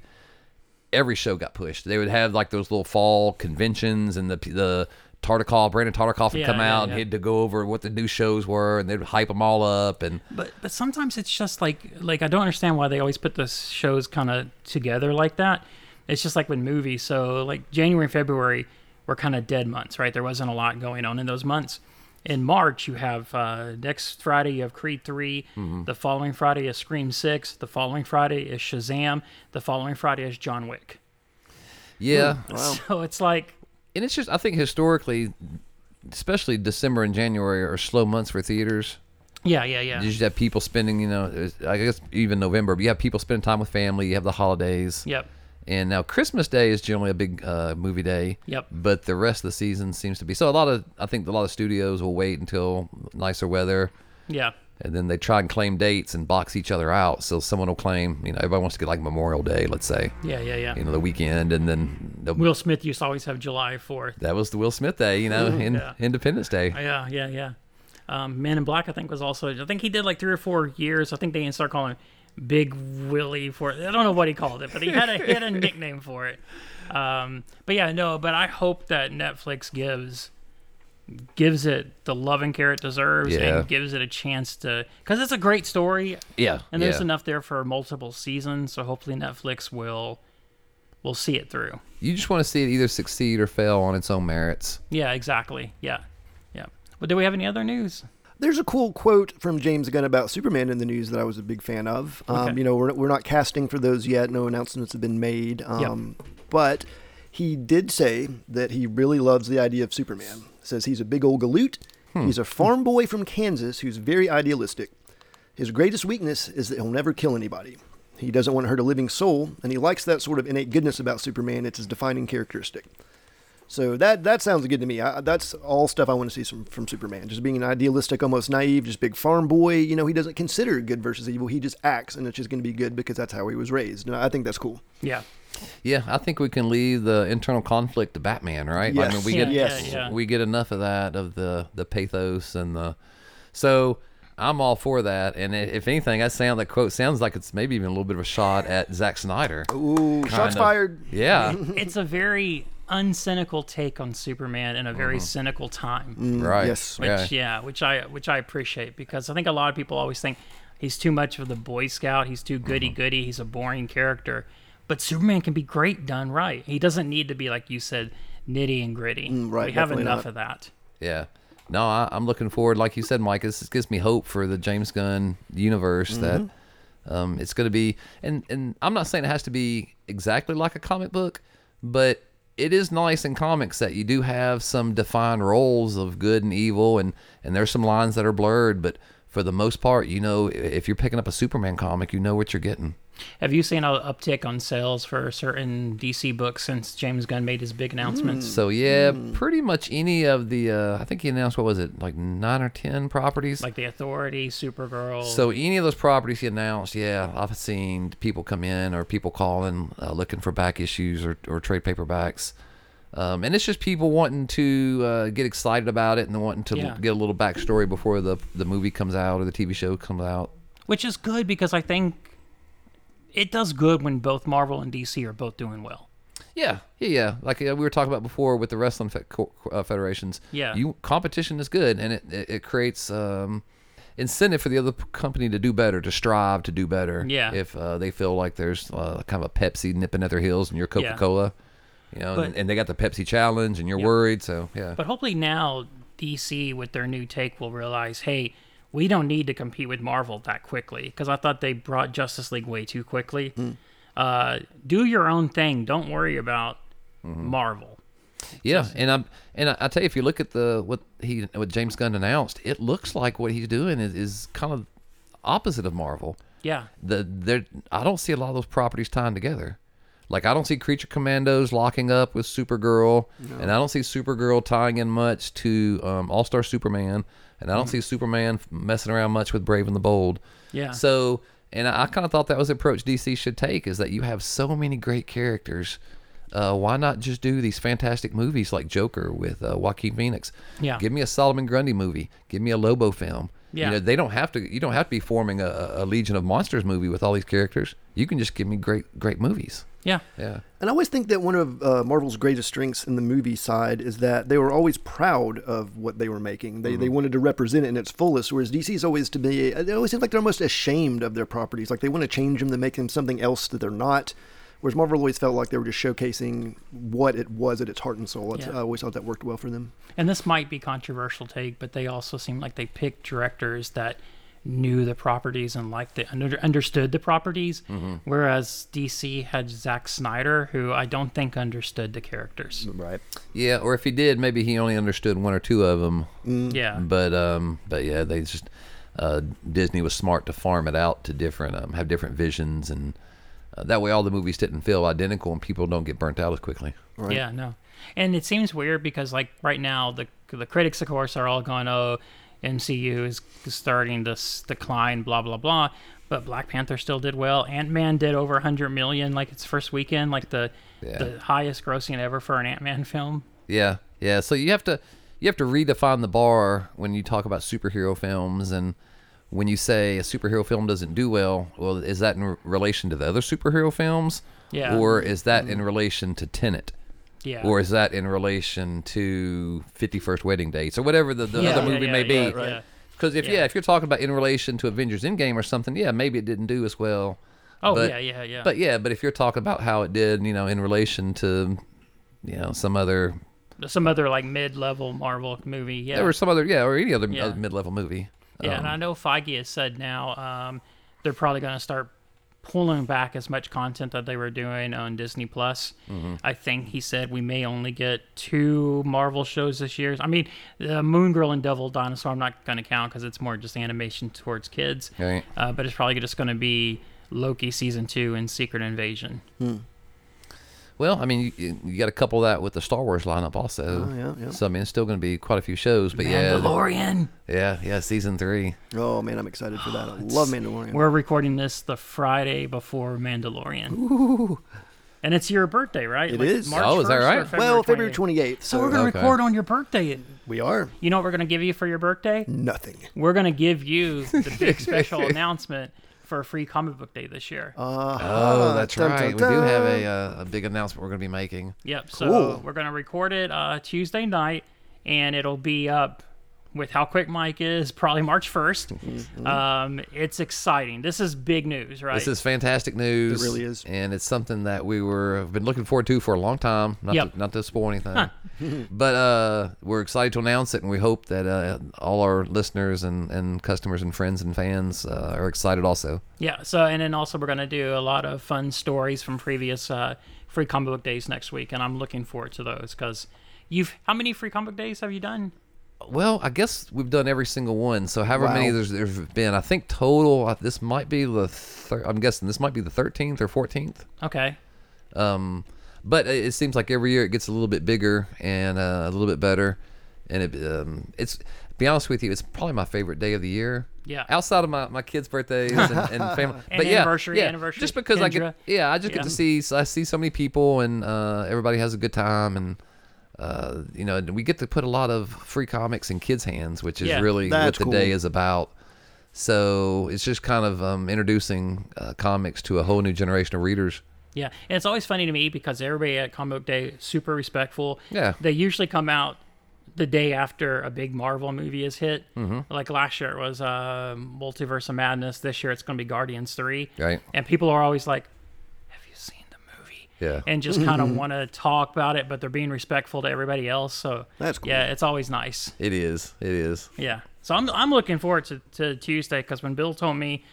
Speaker 3: every show got pushed. They would have like those little fall conventions and the the Tartikoff, Brandon Tartikoff would
Speaker 2: Yeah,
Speaker 3: come
Speaker 2: yeah,
Speaker 3: out and
Speaker 2: yeah.
Speaker 3: he'd to go over what the new shows were and they'd hype them all up and
Speaker 2: But but sometimes it's just like like I don't understand why they always put the shows kind of together like that. It's just like with movies. So like January and February were kind of dead months, right? There wasn't a lot going on in those months. In March, you have uh, next Friday you have Creed 3
Speaker 3: Mm-hmm.
Speaker 2: The following Friday is Scream Six. The following Friday is Shazam. The following Friday is John Wick.
Speaker 3: Yeah.
Speaker 1: Wow.
Speaker 2: So it's like
Speaker 3: And it's just, I think historically, especially December and January are slow months for theaters.
Speaker 2: yeah, yeah, yeah.
Speaker 3: You just have people spending, you know, it's- I guess even November, but you have people spending time with family. You have the holidays.
Speaker 2: Yep.
Speaker 3: And now Christmas Day is generally a big uh, movie day.
Speaker 2: Yep.
Speaker 3: But the rest of the season seems to be so. A lot of, I think, a lot of studios will wait until nicer weather,
Speaker 2: Yeah.
Speaker 3: and then they try and claim dates and box each other out. So someone will claim, you know, everybody wants to get like Memorial Day, let's say,
Speaker 2: Yeah, yeah, yeah.
Speaker 3: you know, the weekend, and then they'll-
Speaker 2: Will Smith used to always have July 4th.
Speaker 3: that was the Will Smith Day, you know, in,
Speaker 2: yeah.
Speaker 3: Independence Day.
Speaker 2: Yeah, yeah, yeah. Um, Man in Black, I think, was also. I think he did like three or four years. I think they didn't start calling him Big Willie for it. I don't know what he called it, but he had a he had a nickname for it. Um, but yeah, no. But I hope that Netflix gives gives it the love and care it deserves
Speaker 3: Yeah.
Speaker 2: and gives it a chance to because it's a great story
Speaker 3: Yeah.
Speaker 2: and there's
Speaker 3: yeah.
Speaker 2: enough there for multiple seasons. So hopefully Netflix will will see it through.
Speaker 3: You just want to see it either succeed or fail on its own merits.
Speaker 2: Yeah, exactly. Yeah, yeah. But do we have any other news?
Speaker 1: There's a cool quote from James Gunn about Superman in the news that I was a big fan of. Um,
Speaker 2: Okay.
Speaker 1: You know, we're, we're not casting for those yet. No announcements have been made. Um, But he did say that he really loves the idea of Superman. Says he's a big old galoot. He's a farm boy from Kansas who's very idealistic. His greatest weakness is that he'll never kill anybody. He doesn't want to hurt a living soul, and he likes that sort of innate goodness about Superman. It's his defining characteristic. So that that sounds good to me. I, that's all stuff I want to see from, from Superman. Just being an idealistic, almost naive, just big farm boy. You know, he doesn't consider good versus evil. He just acts, and it's just going to be good because that's how he was raised. And I think that's cool.
Speaker 2: Yeah.
Speaker 3: Yeah, I think we can leave the internal conflict to Batman, right? I mean,
Speaker 1: Yes.
Speaker 3: we
Speaker 2: Yeah,
Speaker 3: get
Speaker 1: yes.
Speaker 2: yeah, yeah.
Speaker 3: we get enough of that of the the pathos and the so I'm all for that. And i- if anything, that sound that quote sounds like it's maybe even a little bit of a shot at Zack Snyder.
Speaker 1: Ooh, shots
Speaker 3: Kinda.
Speaker 1: fired.
Speaker 3: Yeah,
Speaker 2: it's a very uncynical take on Superman in a very
Speaker 1: Mm-hmm.
Speaker 2: cynical time.
Speaker 1: Mm,
Speaker 3: right.
Speaker 1: yes.
Speaker 2: Which
Speaker 3: Yeah.
Speaker 2: yeah, which I which I appreciate because I think a lot of people always think he's too much of the Boy Scout, he's
Speaker 1: Mm-hmm.
Speaker 2: too goody goody, he's a boring character. But Superman can be great done right. He doesn't need to be like you said, nitty and gritty.
Speaker 1: Mm, right,
Speaker 2: we have
Speaker 1: definitely not.
Speaker 2: enough of that.
Speaker 3: Yeah. No, I, I'm looking forward. Like you said, Mike, this gives me hope for the James Gunn universe that um, it's going to be. And and I'm not saying it has to be exactly like a comic book, but it is nice in comics that you do have some defined roles of good and evil, and and there's some lines that are blurred, but for the most part, you know, i- if you're picking up a Superman comic, you know what you're getting.
Speaker 2: Have you seen an uptick on sales for certain DC books since James Gunn made his big
Speaker 1: Mm.
Speaker 2: announcements?
Speaker 3: So yeah, pretty much any of the uh, I think he announced what was it like nine or ten properties.
Speaker 2: Like The Authority, Supergirl.
Speaker 3: So any of those properties he announced, yeah, I've seen people come in or people calling uh, looking for back issues or, or trade paperbacks, um, and it's just people wanting to uh, get excited about it and wanting to
Speaker 2: Yeah.
Speaker 3: get a little backstory before the the movie comes out or the TV show comes out.
Speaker 2: which is good because I think it does good when both Marvel and DC are both doing well.
Speaker 3: Yeah, yeah, yeah. Like uh, we were talking about before with the wrestling fe- co- uh, federations.
Speaker 2: Yeah.
Speaker 3: you competition is good, and it it, it creates um, incentive for the other p- company to do better, to strive to do better.
Speaker 2: Yeah.
Speaker 3: if uh, they feel like there's uh, kind of a Pepsi nipping at their heels, and you're Coca Cola, you know, and,
Speaker 2: But-
Speaker 3: and they got the Pepsi challenge, and you're worried, so yeah.
Speaker 2: But hopefully now DC with their new take will realize, hey, we don't need to compete with Marvel that quickly because I thought they brought Justice League way too quickly. Uh, do your own thing. Don't worry about Marvel.
Speaker 3: Yeah, and I'm and I, I tell you, if you look at the what he what James Gunn announced, it looks like what he's doing is, is kind of opposite of Marvel.
Speaker 2: Yeah,
Speaker 3: the there I don't see a lot of those properties tying together. Like I don't see Creature Commandos locking up with Supergirl, and I don't see Supergirl tying in much to um, All Star Superman, and I don't see Superman messing around much with Brave and the Bold.
Speaker 2: Mm. Yeah.
Speaker 3: So, and I, I kind of thought that was the approach DC should take is that you have so many great characters. Uh, why not just do these fantastic movies like Joker with uh, Joaquin Phoenix?
Speaker 2: Yeah.
Speaker 3: Give me a Solomon Grundy movie. Give me a Lobo film.
Speaker 2: Yeah.
Speaker 3: You know, they don't have to. You don't have to be forming a, a Legion of Monsters movie with all these characters. You can just give me great, great movies.
Speaker 2: yeah,
Speaker 3: Yeah.
Speaker 1: And I always think that one of uh, Marvel's greatest strengths in the movie side is that they were always proud of what they were making. They, they wanted to represent it in its fullest, whereas DC's always to be, they always seem like they're almost ashamed of their properties. Like they want to change them to make them something else that they're not. Whereas Marvel always felt like they were just showcasing what it was at its heart and soul. That's-
Speaker 2: Yeah.
Speaker 1: I always thought that worked well for them.
Speaker 2: and this might be controversial take, but they also seem like they pick directors that knew the properties and liked the under, understood the properties, whereas DC had Zack Snyder, who I don't think understood the characters.
Speaker 1: Right.
Speaker 3: Yeah, or if he did, maybe he only understood one or two of them.
Speaker 2: Yeah,
Speaker 3: But um, but yeah, they just uh, Disney was smart to farm it out to different um, have different visions, and uh, that way all the movies didn't feel identical, and people don't get burnt out as quickly.
Speaker 2: yeah, no. And it seems weird because like right now the the critics, of course, are all going, "Oh, MCU is starting this decline," blah blah blah. But Black Panther still did well. Ant Man did over 100 million, like its first weekend, like the
Speaker 3: Yeah.
Speaker 2: the highest grossing ever for an Ant Man film.
Speaker 3: Yeah, yeah. So you have to you have to redefine the bar when you talk about superhero films, and when you say a superhero film doesn't do well, well, is that in relation to the other superhero films?
Speaker 2: Yeah. Mm-hmm.
Speaker 3: Or is that in relation to Tenet?
Speaker 2: Yeah.
Speaker 3: Or is that in relation to Fifty First Wedding Dates or whatever the, the
Speaker 2: Yeah,
Speaker 3: other
Speaker 2: yeah,
Speaker 3: movie
Speaker 2: yeah,
Speaker 3: may
Speaker 2: yeah,
Speaker 3: be?
Speaker 2: right. Yeah.
Speaker 3: Because if yeah. if you're talking about in relation to Avengers Endgame or something, yeah, maybe it didn't do as well.
Speaker 2: Oh,
Speaker 3: But-
Speaker 2: yeah, yeah, yeah.
Speaker 3: But yeah, but if you're talking about how it did, you know, in relation to, you know, some other
Speaker 2: some other like mid-level Marvel movie. Yeah,
Speaker 3: or some other yeah or any other
Speaker 2: Yeah.
Speaker 3: other mid-level movie.
Speaker 2: yeah. and I know Feige has said now um, they're probably going to start pulling back as much content that they were doing on Disney Plus.
Speaker 3: Mm-hmm.
Speaker 2: I think he said we may only get two Marvel shows this year. I mean, the Moon Girl and Devil Dinosaur I'm not going to count because it's more just animation towards kids.
Speaker 3: Right.
Speaker 2: Uh, but it's probably just going to be Loki season two and Secret Invasion.
Speaker 3: Well, I mean, you, you got to couple that with the Star Wars lineup also.
Speaker 1: Oh, yeah, yeah.
Speaker 3: So I mean, it's still going to be quite a few shows, but yeah, the-
Speaker 2: Mandalorian.
Speaker 3: yeah, yeah, season three.
Speaker 1: Oh man, I'm excited for that. I love Mandalorian.
Speaker 2: We're recording this the Friday before Mandalorian. And it's your birthday, right?
Speaker 1: It is.
Speaker 3: Oh, is that
Speaker 2: 1st or
Speaker 3: right?
Speaker 1: well, February 28th.
Speaker 2: So we're
Speaker 1: So
Speaker 2: going to
Speaker 3: Okay.
Speaker 2: record on your birthday.
Speaker 1: we are
Speaker 2: You know what we're going to give you for your birthday?
Speaker 1: nothing.
Speaker 2: We're going to give you the big special announcement for a free comic book day this year.
Speaker 3: Oh, that's
Speaker 1: dun,
Speaker 3: right.
Speaker 1: dun,
Speaker 3: We do have
Speaker 1: dun.
Speaker 3: a uh, a big announcement we're going to be making.
Speaker 2: yep. So
Speaker 1: cool.
Speaker 2: we're going to record it uh, Tuesday night and it'll be up with how quick Mike is, probably March 1st. Um, it's exciting. This is big news, right?
Speaker 3: This is fantastic news.
Speaker 1: It really is.
Speaker 3: and it's something that we were have been looking forward to for a long time. Not
Speaker 2: Yep.
Speaker 3: to, not to spoil anything, but uh, we're excited to announce it, and we hope that uh, all our listeners and, and customers and friends and fans uh, are excited also.
Speaker 2: Yeah. So, and then also we're going to do a lot of fun stories from previous uh, free comic book days next week, and I'm looking forward to those because you've how many free comic book days have you done?
Speaker 3: Well, I guess we've done every single one. So however
Speaker 1: Wow.
Speaker 3: many there's there's been, I think total uh, this might be the thir- I'm guessing this might be the 13th or 14th.
Speaker 2: Okay.
Speaker 3: Um, but it it seems like every year it gets a little bit bigger and uh, a little bit better. And it, um, it's, to be honest with you, it's probably my favorite day of the year.
Speaker 2: Yeah.
Speaker 3: Outside of my, my kids' birthdays and, and family,
Speaker 2: And
Speaker 3: but yeah,
Speaker 2: anniversary,
Speaker 3: yeah,
Speaker 2: anniversary,
Speaker 3: just because I
Speaker 2: Kendra.
Speaker 3: get, yeah, I just get
Speaker 2: Yeah.
Speaker 3: to see, so I see so many people and uh, everybody has a good time and. Uh, you know, and we get to put a lot of free comics in kids' hands, which is
Speaker 2: Yeah.
Speaker 3: really
Speaker 1: That's
Speaker 3: what the
Speaker 1: cool.
Speaker 3: day is about. So it's just kind of um, introducing uh, comics to a whole new generation of readers.
Speaker 2: Yeah, and it's always funny to me because everybody at comic book day is super respectful.
Speaker 3: Yeah.
Speaker 2: They usually come out the day after a big Marvel movie is hit. Mm-hmm. Like last year it was uh, Multiverse of Madness. This year it's going to be Guardians Three.
Speaker 3: Right.
Speaker 2: And people are always like, "Have you seen the movie?"
Speaker 3: Yeah.
Speaker 2: and just kind of want to talk about it, but they're being respectful to everybody else. So
Speaker 1: That's cool.
Speaker 2: Yeah, it's always nice.
Speaker 3: It is. It is.
Speaker 2: Yeah. So I'm I'm looking forward to, to Tuesday because when Bill told me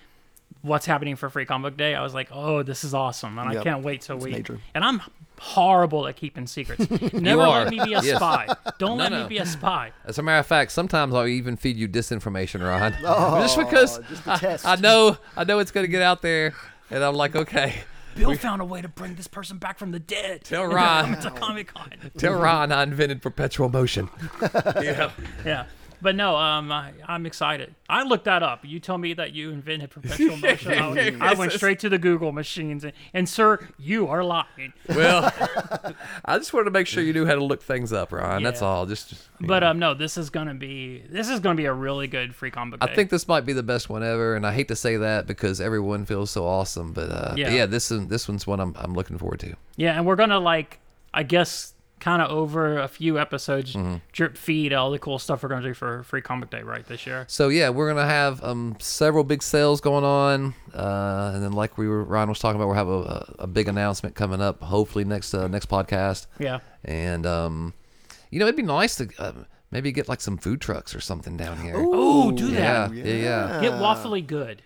Speaker 2: what's happening for Free Comic Book Day, I was like, oh, this is awesome, and I
Speaker 1: Yep.
Speaker 2: can't wait till we.
Speaker 1: major.
Speaker 2: And I'm horrible at keeping secrets. Never
Speaker 3: are.
Speaker 2: let me be a
Speaker 3: Yes.
Speaker 2: spy. Don't let
Speaker 3: no.
Speaker 2: me be a spy.
Speaker 3: As a matter of fact, sometimes I'll even feed you disinformation, Ron, just because
Speaker 1: Oh, just to test.
Speaker 3: I know I know it's going to get out there, and I'm like, okay,
Speaker 2: Bill found a way to bring this person back from the dead.
Speaker 3: Tell
Speaker 2: And they're
Speaker 3: Ron.
Speaker 2: coming to Comic Con.
Speaker 3: tell Ron I invented perpetual motion. yeah,
Speaker 2: Yeah. But no, um, I, I'm excited. I looked that up. You tell me that you invented perpetual motion. I, went- I went straight to the Google machines, and, and sir, you are lying.
Speaker 3: well, I just wanted to make sure you knew how to look things up, Ron. That's
Speaker 2: Yeah.
Speaker 3: all. Just,
Speaker 2: But um, no, this is gonna be this is gonna be a really good free comic book day.
Speaker 3: I think this might be the best one ever, and I hate to say that because everyone feels so awesome, but uh, yeah.
Speaker 2: Yeah.
Speaker 3: yeah, this is this one's one I'm I'm looking forward to.
Speaker 2: yeah, and we're gonna like I guess kind of over a few episodes
Speaker 3: Mm-hmm.
Speaker 2: drip feed all the cool stuff we're gonna do for free comic day right this year.
Speaker 3: So yeah, we're gonna have um, several big sales going on, uh, and then like we were Ryan was talking about, we'll have a, a big announcement coming up. Hopefully next uh, next podcast.
Speaker 2: Yeah.
Speaker 3: And um, you know, it'd be nice to. Um, Maybe get like some food trucks or something down here.
Speaker 2: Oh, do
Speaker 3: yeah,
Speaker 2: that.
Speaker 3: yeah, yeah.
Speaker 2: Get waffly good.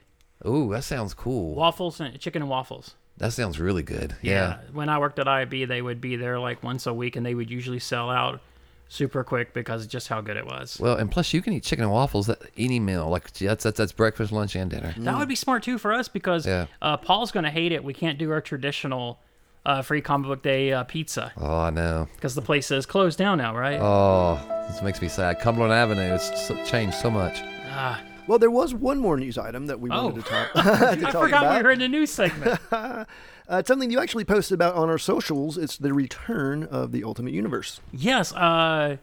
Speaker 3: Ooh, that sounds cool.
Speaker 2: Waffles and chicken and waffles.
Speaker 3: That sounds really good. Yeah.
Speaker 2: When I worked at IB, they would be there like once a week and they would usually sell out super quick because of just how good it was.
Speaker 3: Well, and plus you can eat chicken and waffles at any meal. Like that's that's, that's breakfast, lunch, and dinner.
Speaker 2: That would be smart too for us because
Speaker 3: mm. Yeah.
Speaker 2: uh, Paul's going to hate it. We can't do our traditional uh, free comic book day uh, pizza
Speaker 3: Oh, I know.
Speaker 2: because the place is closed down now, right?
Speaker 3: Oh, this makes me sad. Cumberland Avenue, it's so- changed so much.
Speaker 1: Well, there was one more news item that we
Speaker 2: Oh.
Speaker 1: wanted to talk, to
Speaker 2: I
Speaker 1: talk
Speaker 2: forgot
Speaker 1: about.
Speaker 2: we were in the news segment.
Speaker 1: Uh, it's something you actually posted about on our socials. It's the return of the Ultimate Universe.
Speaker 2: yes, uh,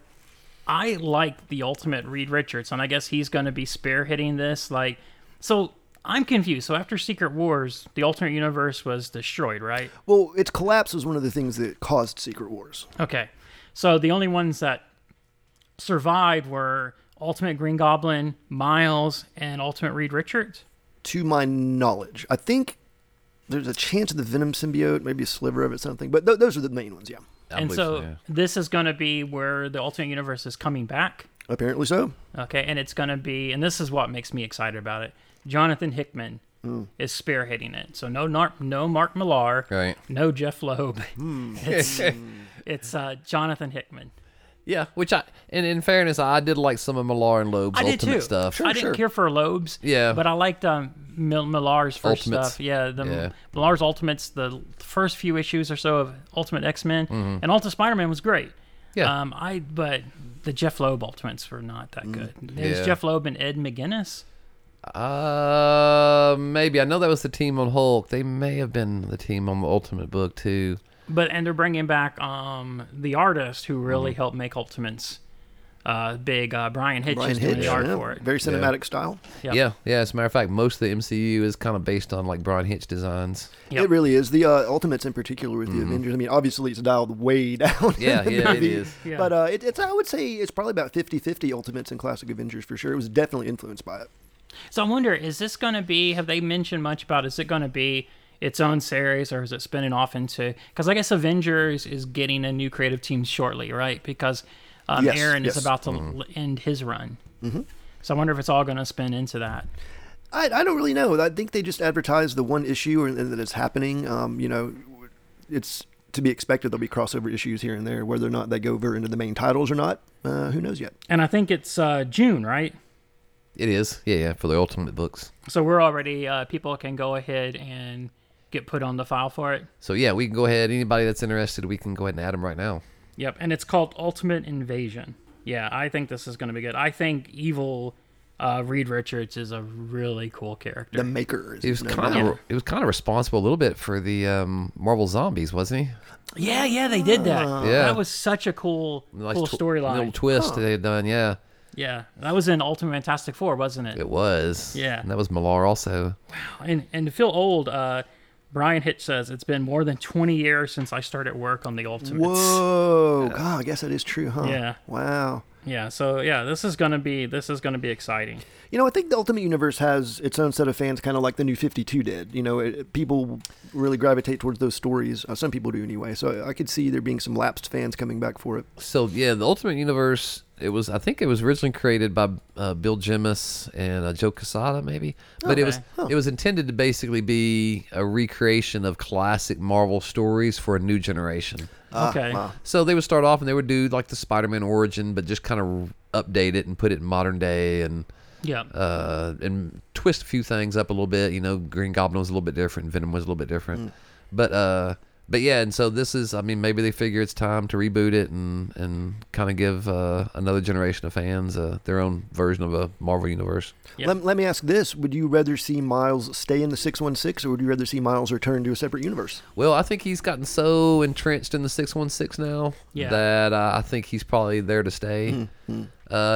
Speaker 2: I like the ultimate Reed Richards, and I guess he's going to be spearheading this. Like, so I'm confused. So after Secret Wars, the alternate universe was destroyed, right?
Speaker 1: Well, its collapse was one of the things that caused Secret Wars.
Speaker 2: Okay. So the only ones that survived were Ultimate Green Goblin, Miles, and Ultimate Reed Richards.
Speaker 1: to my knowledge. I think there's a chance of the Venom symbiote, maybe a sliver of it, something. But th- those are the main ones, yeah.
Speaker 3: I
Speaker 2: and
Speaker 3: believe
Speaker 2: so
Speaker 3: yeah.
Speaker 2: this is going to be where the alternate universe is coming back.
Speaker 1: Apparently so.
Speaker 2: Okay. And it's going to be, and this is what makes me excited about it. Jonathan Hickman is spearheading it. So no, Nar- no Mark Millar,
Speaker 3: Right.
Speaker 2: no Jeff Loeb. It's, it's uh, Jonathan Hickman.
Speaker 3: Yeah, which I and in fairness, I did like some of Millar and Loeb's
Speaker 2: I did
Speaker 3: ultimate
Speaker 2: too.
Speaker 3: stuff.
Speaker 2: I didn't care for Loeb's.
Speaker 3: Yeah.
Speaker 2: But I liked um, Mil- Millar's first
Speaker 3: Ultimates.
Speaker 2: stuff. Yeah. The
Speaker 3: Yeah.
Speaker 2: Millar's Ultimates, the first few issues or so of Ultimate X Men and Ultimate Spider Man was great.
Speaker 3: Mm-hmm. Yeah.
Speaker 2: Um, I but the Jeff Loeb Ultimates were not that good. There's
Speaker 3: Yeah.
Speaker 2: Jeff Loeb and Ed McGuinness.
Speaker 3: Uh, maybe I know that was the team on Hulk. They may have been the team on the Ultimate Book too.
Speaker 2: But and they're bringing back um the artist who
Speaker 1: Mm-hmm.
Speaker 2: really helped make Ultimates. Uh, big uh, Brian Hitch
Speaker 1: Brian
Speaker 2: is doing
Speaker 1: Hitch,
Speaker 2: the art
Speaker 1: yeah.
Speaker 2: for it.
Speaker 1: very cinematic style.
Speaker 2: Yeah.
Speaker 3: Yeah, yeah. As a matter of fact, most of the MCU is kind of based on like Brian Hitch designs.
Speaker 2: Yep.
Speaker 1: It really is. The uh, Ultimates, in particular, with the Avengers. I mean, obviously, it's dialed way down.
Speaker 3: Mm-hmm. Yeah,
Speaker 1: in the
Speaker 3: yeah, it
Speaker 1: movie.
Speaker 3: is.
Speaker 2: Yeah.
Speaker 1: But uh, it, it's, I would say it's probably about 50 50 Ultimates and Classic Avengers for sure. It was definitely influenced by it.
Speaker 2: So I wonder, is this going to be? Have they mentioned much about? Is it going to be its own series, or is it spinning off into? Because I guess Avengers is getting a new creative team shortly, right? Because um,
Speaker 1: Yes,
Speaker 2: Aaron
Speaker 1: yes. Mm-hmm.
Speaker 2: is about to l end his run. So I wonder if it's all going to spin into that.
Speaker 1: I, I don't really know. I think they just advertise the one issue or, that is happening. Um, you know, it's to be expected there'll be crossover issues here and there. Whether or not they go over into the main titles or not, uh, who knows yet.
Speaker 2: And I think it's uh, June, right?
Speaker 3: It is. Yeah, yeah. For the Ultimate books.
Speaker 2: So we're already uh, people can go ahead and get put on the file for it.
Speaker 3: So yeah, we can go ahead. Anybody that's interested, we can go ahead and add them right now.
Speaker 2: Yep, and it's called Ultimate Invasion. Yeah, I think this is going to be good. I think evil uh, Reed Richards is a really cool character.
Speaker 1: The Maker. is
Speaker 3: He was
Speaker 1: his name,
Speaker 3: kind
Speaker 1: right?
Speaker 3: of he was kind of responsible a little bit for the um, Marvel Zombies, wasn't he?
Speaker 2: Yeah, yeah, they did that.
Speaker 3: Ah. Yeah.
Speaker 2: That was such a cool,
Speaker 3: Nice
Speaker 2: cool
Speaker 3: tw-
Speaker 2: storyline.
Speaker 3: Little twist they had done. Yeah,
Speaker 2: yeah, that was in Ultimate Fantastic Four, wasn't it?
Speaker 3: it was.
Speaker 2: Yeah.
Speaker 3: and that was Millar also.
Speaker 2: And and to feel old, uh, Brian Hitch says it's been more than twenty years since I started work on the Ultimates.
Speaker 1: Whoa, God, I guess that is true, huh?
Speaker 2: Yeah.
Speaker 1: Wow.
Speaker 2: Yeah, so yeah, this is gonna be this is gonna be exciting.
Speaker 1: You know, I think the Ultimate Universe has its own set of fans, kind of like the New 52 did. You know, it, people really gravitate towards those stories. Uh, some people do anyway. So I could see there being some lapsed fans coming back for it.
Speaker 3: So yeah, the Ultimate Universe. It was I think it was originally created by uh, Bill Gemmis and uh, Joe Quesada maybe, but it was
Speaker 2: Okay.
Speaker 3: it was intended to basically be a recreation of classic Marvel stories for a new generation.
Speaker 2: okay.
Speaker 3: So they would start off and they would do like the Spider-Man origin, but just kind of update it and put it in modern day and
Speaker 2: Yeah.
Speaker 3: uh, and twist a few things up a little bit. You know, Green Goblin was a little bit different, Venom was a little bit different, but uh, but yeah, and so this is, I mean, maybe they figure it's time to reboot it and and kind of give uh, another generation of fans uh, their own version of a Marvel universe.
Speaker 2: Yeah.
Speaker 1: Let, let me ask this Would you rather see Miles stay in the 616 or would you rather see Miles return to a separate universe?
Speaker 3: Well, I think he's gotten so entrenched in the 616 now
Speaker 2: Yeah.
Speaker 3: that uh, I think he's probably there to stay. Uh,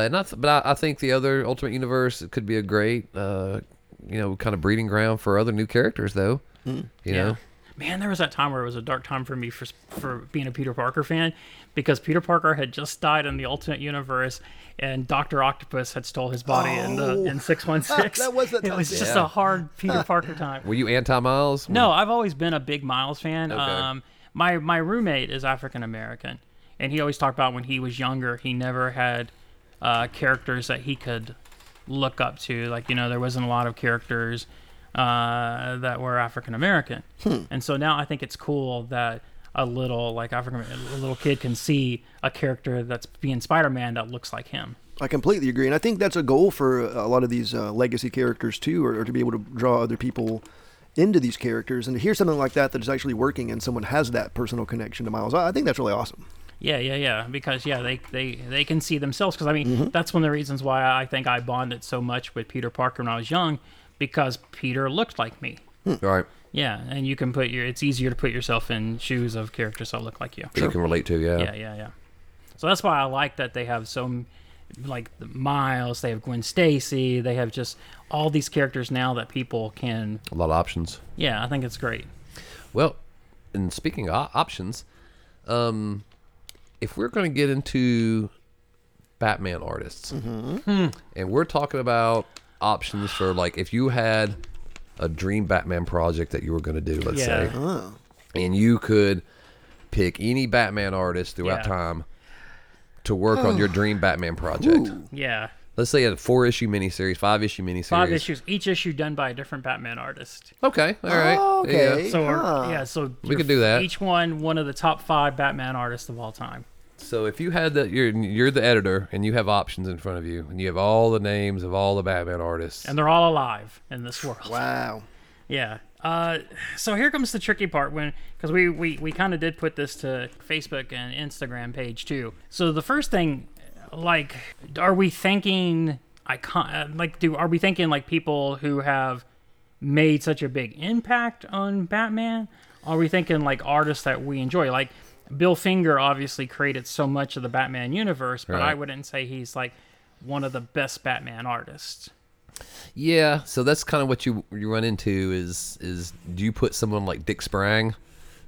Speaker 3: and I th- but I, I think the other Ultimate Universe could be a great, uh, you know, kind of breeding ground for other new characters, though. You know,
Speaker 2: Man, there was that time where it was a dark time for me for for being a Peter Parker fan because Peter Parker had just died in the alternate universe and Doctor Octopus had stole his body in the in 616.
Speaker 1: That was that
Speaker 2: It
Speaker 1: time,
Speaker 2: was just
Speaker 3: yeah.
Speaker 2: a hard Peter Parker time.
Speaker 3: were you anti Miles?
Speaker 2: No, I've always been a big Miles fan. Um, my my roommate is African American, and he always talked about when he was younger, he never had uh, characters that he could look up to. Like you know, there wasn't a lot of characters uh, that were African American, and so now I think it's cool that a little like African a little kid can see a character that's being Spider Man that looks like him.
Speaker 1: I completely agree, and I think that's a goal for a lot of these uh, legacy characters too, or, or to be able to draw other people into these characters and to hear something like that that is actually working and someone has that personal connection to Miles. I I think that's really awesome.
Speaker 2: Yeah, yeah, yeah. Because yeah, they they they can see themselves. Because I mean, that's one of the reasons why I think I bonded so much with Peter Parker when I was young, because Peter looked like me.
Speaker 3: Right.
Speaker 2: Yeah, and you can put your. It's easier to put yourself in shoes of characters that look like you.
Speaker 3: You can relate to, yeah.
Speaker 2: Yeah, yeah, yeah. So that's why I like that they have so, m- like the Miles, they have Gwen Stacy, they have just all these characters now that people can.
Speaker 3: A lot of options.
Speaker 2: Yeah, I think it's great.
Speaker 3: Well, and speaking of op- options, um, if we're going to get into Batman artists,
Speaker 2: Mm-hmm.
Speaker 3: and we're talking about options for like if you had a dream Batman project that you were going to do, let's
Speaker 2: Yeah.
Speaker 3: say, and you could pick any Batman artist throughout
Speaker 2: Yeah.
Speaker 3: time to work on your dream Batman project.
Speaker 2: Yeah,
Speaker 3: Let's say a four issue miniseries, five issue miniseries.
Speaker 2: five issues, each issue done by a different Batman artist.
Speaker 3: Okay, all right.
Speaker 2: Oh,
Speaker 1: Okay.
Speaker 3: Yeah.
Speaker 2: So or-
Speaker 1: Huh.
Speaker 2: yeah, so
Speaker 3: We
Speaker 2: your-
Speaker 3: could do that.
Speaker 2: Each one, one of the top five Batman artists of all time.
Speaker 3: So if you had that, you're you're the editor and you have options in front of you, and you have all the names of all the Batman artists.
Speaker 2: and they're all alive in this world.
Speaker 1: Wow.
Speaker 2: Yeah. Uh, so here comes the tricky part when because we we, we kind of did put this to Facebook and Instagram page too. So the first thing, like, are we thinking icon uh, like do are we thinking like people who have made such a big impact on Batman? Are we thinking like artists that we enjoy? Like Bill Finger obviously created so much of the Batman universe, but I
Speaker 3: Right.
Speaker 2: wouldn't say he's like one of the best Batman artists.
Speaker 3: yeah, so that's kind of what you you run into is is do you put someone like Dick Sprang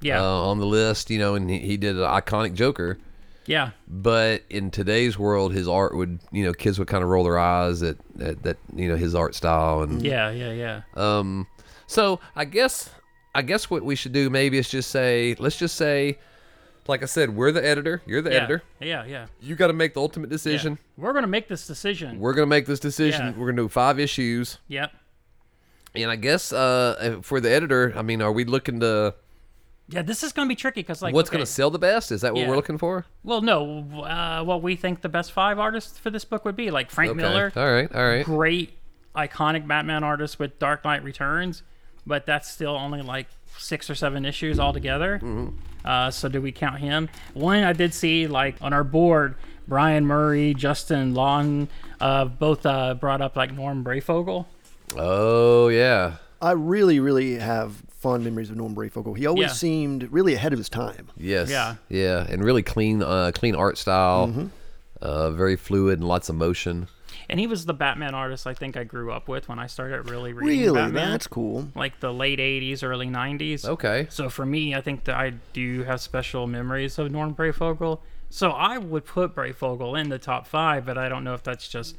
Speaker 2: Yeah.
Speaker 3: uh, on the list, you know, and he, he did an iconic Joker,
Speaker 2: yeah.
Speaker 3: but in today's world, his art would you know kids would kind of roll their eyes at, at that you know his art style and
Speaker 2: Yeah, yeah, yeah.
Speaker 3: Um, so I guess I guess what we should do maybe is just say let's just say, like I said, we're the editor. You're the
Speaker 2: yeah.
Speaker 3: editor.
Speaker 2: Yeah, yeah.
Speaker 3: You got to make the ultimate
Speaker 2: yeah.
Speaker 3: decision.
Speaker 2: We're gonna make this decision.
Speaker 3: We're gonna make this decision.
Speaker 2: Yeah.
Speaker 3: We're gonna do five issues.
Speaker 2: yep.
Speaker 3: And I guess uh, for the editor, I mean, are we looking to
Speaker 2: Yeah, this is gonna be tricky because like
Speaker 3: what's
Speaker 2: okay,
Speaker 3: gonna sell the best? Is that what
Speaker 2: Yeah.
Speaker 3: we're looking for?
Speaker 2: Well, no, uh, what we think the best five artists for this book would be like Frank
Speaker 3: Okay.
Speaker 2: Miller,
Speaker 3: All right. All right.
Speaker 2: great iconic Batman artist with Dark Knight Returns, but that's still only like six or seven issues altogether.
Speaker 3: Mm-hmm.
Speaker 2: Uh, so do we count him? One I did see like on our board, Brian Murray, Justin Long, uh, both uh, brought up like Norm Brayfogle.
Speaker 3: Oh yeah.
Speaker 1: I really, really have fond memories of Norm Brayfogle. He always
Speaker 2: Yeah.
Speaker 1: seemed really ahead of his time.
Speaker 3: Yes.
Speaker 2: Yeah. Mm-hmm.
Speaker 3: Yeah. And really clean, uh, clean art style. Uh, very fluid and lots of motion.
Speaker 2: And he was the Batman artist I think I grew up with when I started really reading
Speaker 1: Really,
Speaker 2: Batman.
Speaker 1: that's cool.
Speaker 2: like the late 80s, early 90s.
Speaker 3: Okay.
Speaker 2: So for me, I think that I do have special memories of Norm Brayfogle. So I would put Brayfogle in the top five, but I don't know if that's just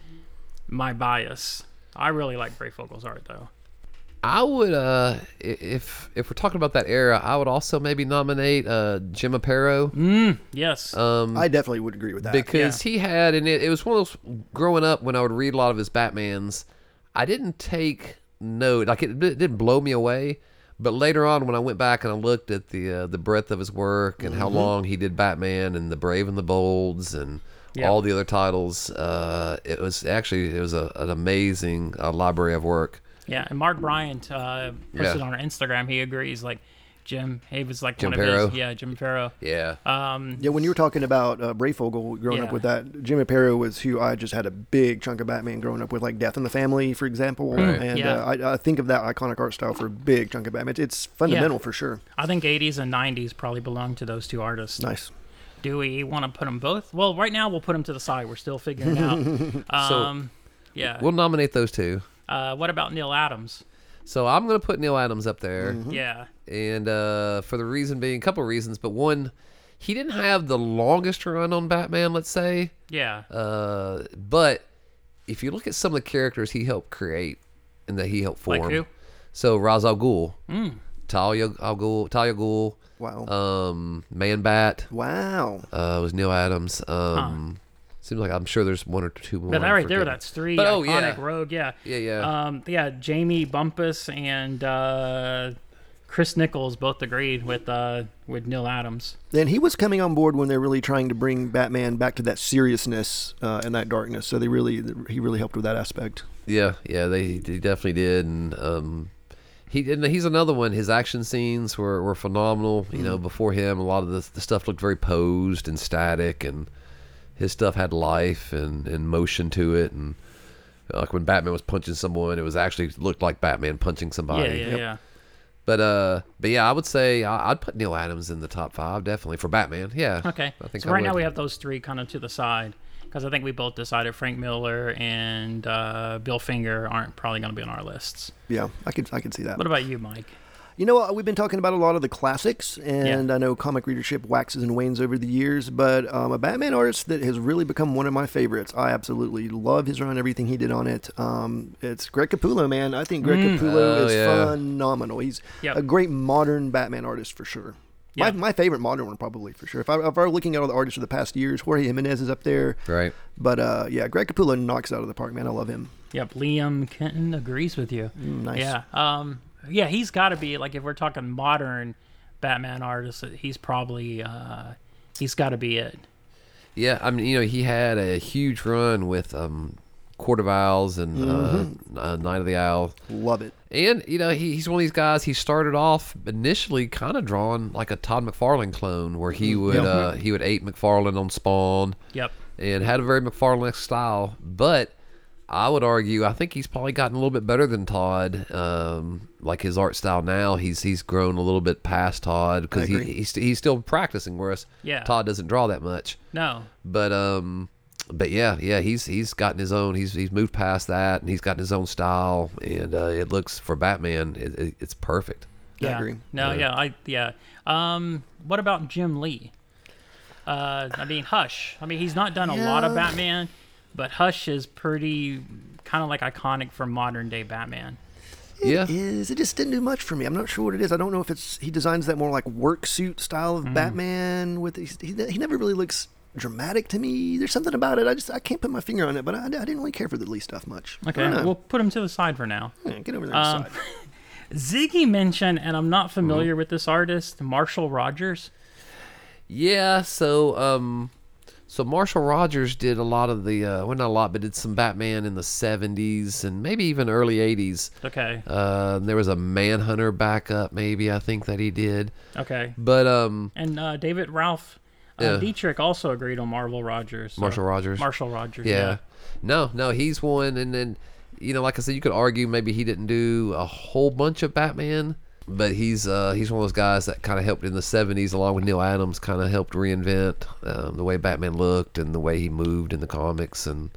Speaker 2: my bias. I really like Brayfogle's art though.
Speaker 3: I would, uh, i- if if we're talking about that era, I would also maybe nominate uh, Jim Aparo
Speaker 2: Yes.
Speaker 3: Uh,
Speaker 1: I definitely would agree with that.
Speaker 3: because he had, and it, it was one of those growing up when I would read a lot of his Batman's. I didn't take note, like it, it didn't blow me away. But later on, when I went back and I looked at the uh, the breadth of his work and how long he did Batman and the Brave and the Bolds and
Speaker 2: Yeah.
Speaker 3: all the other titles, uh, it was actually it was a, an amazing uh, library of work.
Speaker 2: yeah. And Mark Bryant uh, posted
Speaker 3: Yeah.
Speaker 2: on our Instagram. He agrees. Like Jim, he was like
Speaker 3: Jim
Speaker 2: one of
Speaker 3: Farrow?
Speaker 2: his. Yeah, Jim Farrow.
Speaker 3: Yeah.
Speaker 2: Um,
Speaker 1: yeah, when you were talking about uh, Brayfogle growing
Speaker 2: Yeah.
Speaker 1: up with that, Jimmy Perro was who I just had a big chunk of Batman growing up with, like Death in the Family, for example. And
Speaker 2: Yeah.
Speaker 1: uh, I, I think of that iconic art style for a big chunk of Batman. It's, it's fundamental for sure.
Speaker 2: I think 80s and 90s probably belong to those two artists.
Speaker 1: Nice.
Speaker 2: Do we want to put them both? Well, right now we'll put them to the side. We're still figuring out. Um, yeah.
Speaker 3: We'll nominate those two.
Speaker 2: Uh, what about Neil Adams?
Speaker 3: So I'm gonna put Neil Adams up there,
Speaker 2: Yeah.
Speaker 3: and uh, for the reason being, a couple of reasons, but one, he didn't have the longest run on Batman, let's say,
Speaker 2: Yeah.
Speaker 3: uh, but if you look at some of the characters he helped create and that he helped form,
Speaker 2: Like who? Hmm.
Speaker 3: so Ra's al Ghul, Talia al Ghul, Talia Ghul,
Speaker 1: Wow.
Speaker 3: um, Man Bat,
Speaker 1: wow.
Speaker 3: uh, was Neil Adams. Um, Seems like I'm sure there's one or two more.
Speaker 2: But that
Speaker 3: I'm
Speaker 2: right there,
Speaker 3: forgetting.
Speaker 2: that's three
Speaker 3: But,
Speaker 2: iconic
Speaker 3: oh, yeah.
Speaker 2: rogue. Yeah.
Speaker 3: Yeah, yeah.
Speaker 2: Um, yeah, Jamie Bumpus and uh, Chris Nichols both agreed with uh, with Neil Adams.
Speaker 1: Then he was coming on board when they're really trying to bring Batman back to that seriousness uh, and that darkness. So they really, he really helped with that aspect.
Speaker 3: Yeah, yeah, they he definitely did, and um, he and he's another one. His action scenes were, were phenomenal. You
Speaker 2: Mm-hmm.
Speaker 3: know, before him, a lot of the, the stuff looked very posed and static, and his stuff had life and, and motion to it. And like when Batman was punching someone, it was actually looked like Batman punching somebody.
Speaker 2: yeah, yeah, yeah.
Speaker 3: But uh, but yeah, I would say I, I'd put Neil Adams in the top five definitely for Batman. Yeah.
Speaker 2: Okay.
Speaker 3: I think
Speaker 2: so
Speaker 3: I
Speaker 2: right now
Speaker 3: would.
Speaker 2: we have those three kind of to the side because I think we both decided Frank Miller and uh, Bill Finger aren't probably going to be on our lists.
Speaker 1: Yeah, I could, I could see that.
Speaker 2: What about you, Mike?
Speaker 1: You know, uh, we've been talking about a lot of the classics, and I know comic readership waxes and wanes over the years, but um, a Batman artist that has really become one of my favorites. I absolutely love his run, everything he did on it. Um, it's Greg Capullo, man. I think Greg Capullo
Speaker 3: Oh,
Speaker 1: is
Speaker 3: yeah.
Speaker 1: phenomenal. He's
Speaker 2: Yep.
Speaker 1: a great modern Batman artist for sure.
Speaker 2: Yeah.
Speaker 1: My, my favorite modern one, probably, for sure. If, I, if I'm looking at all the artists of the past years, Jorge Jimenez is up there.
Speaker 3: Right.
Speaker 1: But uh, yeah, Greg Capullo knocks it out of the park, man. I love him.
Speaker 2: Yep, Liam Kenton agrees with you.
Speaker 1: Mm, nice.
Speaker 2: Yeah. Um, yeah, he's got to be like if we're talking modern Batman artists, he's probably uh, he's got to be it.
Speaker 3: Yeah, I mean, you know, he had a huge run with um, Court of Owls and uh, uh, Night of the Owl,
Speaker 1: Love it.
Speaker 3: and you know, he, he's one of these guys. He started off initially kind of drawn like a Todd McFarlane clone, where he would uh, he would ape McFarlane on Spawn,
Speaker 2: Yep.
Speaker 3: and had a very McFarlane style. But I would argue, I think he's probably gotten a little bit better than Todd. Um, like his art style now, he's he's grown a little bit past Todd because he,
Speaker 1: agree.
Speaker 3: he's he's still practicing, whereas
Speaker 2: Yeah.
Speaker 3: Todd doesn't draw that much.
Speaker 2: No.
Speaker 3: But um, but yeah, yeah, he's he's gotten his own. He's he's moved past that, and he's gotten his own style. And uh, it looks for Batman, it, it, it's perfect.
Speaker 1: I
Speaker 2: Yeah.
Speaker 1: agree.
Speaker 2: No. Yeah. I. Yeah. Um. What about Jim Lee? Uh. I mean, Hush. I mean, he's not done a lot of
Speaker 1: Yeah.
Speaker 2: Batman, but Hush is pretty kind of like iconic for modern day Batman.
Speaker 3: yeah,
Speaker 1: is it just didn't do much for me. I'm not sure what it is. I don't know if it's he designs that more like work suit style of
Speaker 2: Mm.
Speaker 1: Batman with he, he he never really looks dramatic to me. There's something about it. I just I can't put my finger on it, but I, I didn't really care for the Lee stuff much. I
Speaker 2: Okay.
Speaker 1: don't know.
Speaker 2: We'll um, put him to the side for now.
Speaker 1: Yeah, get over there. and decide.
Speaker 2: Ziggy mentioned, and I'm
Speaker 1: Mm-hmm.
Speaker 2: not familiar with this artist, Marshall Rogers.
Speaker 3: yeah. So um, so Marshall Rogers did a lot of the uh, well, not a lot, but did some Batman in the '70s and maybe even early '80s.
Speaker 2: Okay.
Speaker 3: Uh, there was a Manhunter backup, maybe I think that he did.
Speaker 2: Okay.
Speaker 3: But um,
Speaker 2: And uh, David Ralph uh,
Speaker 3: Yeah.
Speaker 2: Dietrich also agreed on Marvel Rogers. so-
Speaker 3: Marshall Rogers.
Speaker 2: Marshall Rogers.
Speaker 3: Yeah. No, no, he's one. And then, you know, like I said, you could argue maybe he didn't do a whole bunch of Batman, but he's uh, he's one of those guys that kind of helped in the 70s, along with Neil Adams, kind of helped reinvent um, the way Batman looked and the way he moved in the comics. And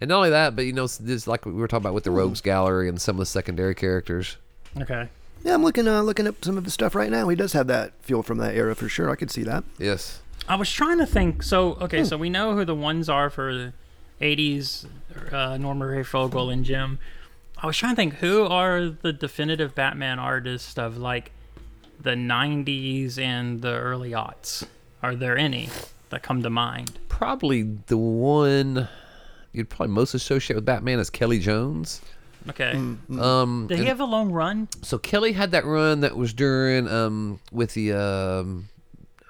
Speaker 3: and not only that, but, you know, s- just like we were talking about with the Rogues Gallery and some of the secondary characters.
Speaker 2: yeah. Okay.
Speaker 1: yeah, I'm looking uh, looking up some of his stuff right now. He does have that feel from that era for sure. I could see that.
Speaker 3: Yes.
Speaker 2: I was trying to think. So okay, so we know who the ones are for the '80s, uh, Norman Ray Fogel and Jim. I was trying to think who are the definitive Batman artists of like the '90s and the early aughts. Are there any that come to mind?
Speaker 3: Probably the one you'd probably most associate with Batman is Kelly Jones.
Speaker 2: Okay.
Speaker 3: Um,
Speaker 2: Did he have a long run?
Speaker 3: So Kelly had that run that was during um with the um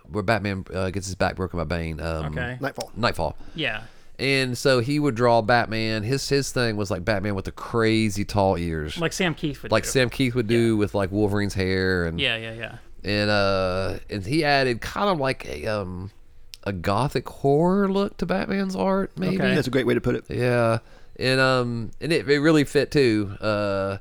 Speaker 3: where Batman uh, gets his back broken by Bane. Um,
Speaker 2: Okay.
Speaker 1: Nightfall.
Speaker 3: Nightfall.
Speaker 2: Yeah.
Speaker 3: And so he would draw Batman. His his thing was like Batman with the crazy tall ears, like,
Speaker 2: Like Sam Keith would do.
Speaker 3: Sam Keith would do with like Wolverine's hair and
Speaker 2: Yeah, yeah, yeah.
Speaker 3: and uh and he added kind of like a um a gothic horror look to Batman's art maybe.
Speaker 2: Okay.
Speaker 1: That's a great way to put it.
Speaker 3: Yeah, and um, and it, it really fit too. Uh,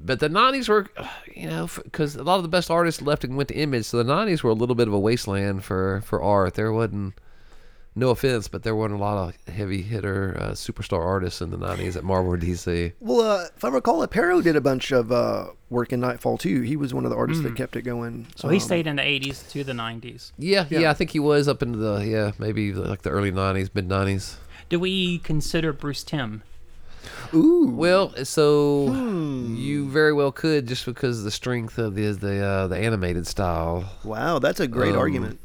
Speaker 3: but the '90s were, you know, because a lot of the best artists left and went to Image, so the '90s were a little bit of a wasteland for for art. There wasn't, no offense, but there weren't a lot of heavy hitter uh, superstar artists in the '90s at Marvel or DC.
Speaker 1: Well, uh, if I recall, Aparo did a bunch of uh, work in Nightfall too. He was one of the artists that kept it going.
Speaker 2: Mm. So
Speaker 3: Um,
Speaker 2: he stayed in the 80s to the 90s.
Speaker 3: Yeah, yeah, I think he was up into the yeah maybe like the early '90s, mid '90s.
Speaker 2: Do we consider Bruce
Speaker 1: Um,
Speaker 2: Tim?
Speaker 1: Ooh,
Speaker 3: Well, so you very well could just because of the strength of the the uh, the animated style.
Speaker 1: wow, that's a great
Speaker 3: Um,
Speaker 1: argument.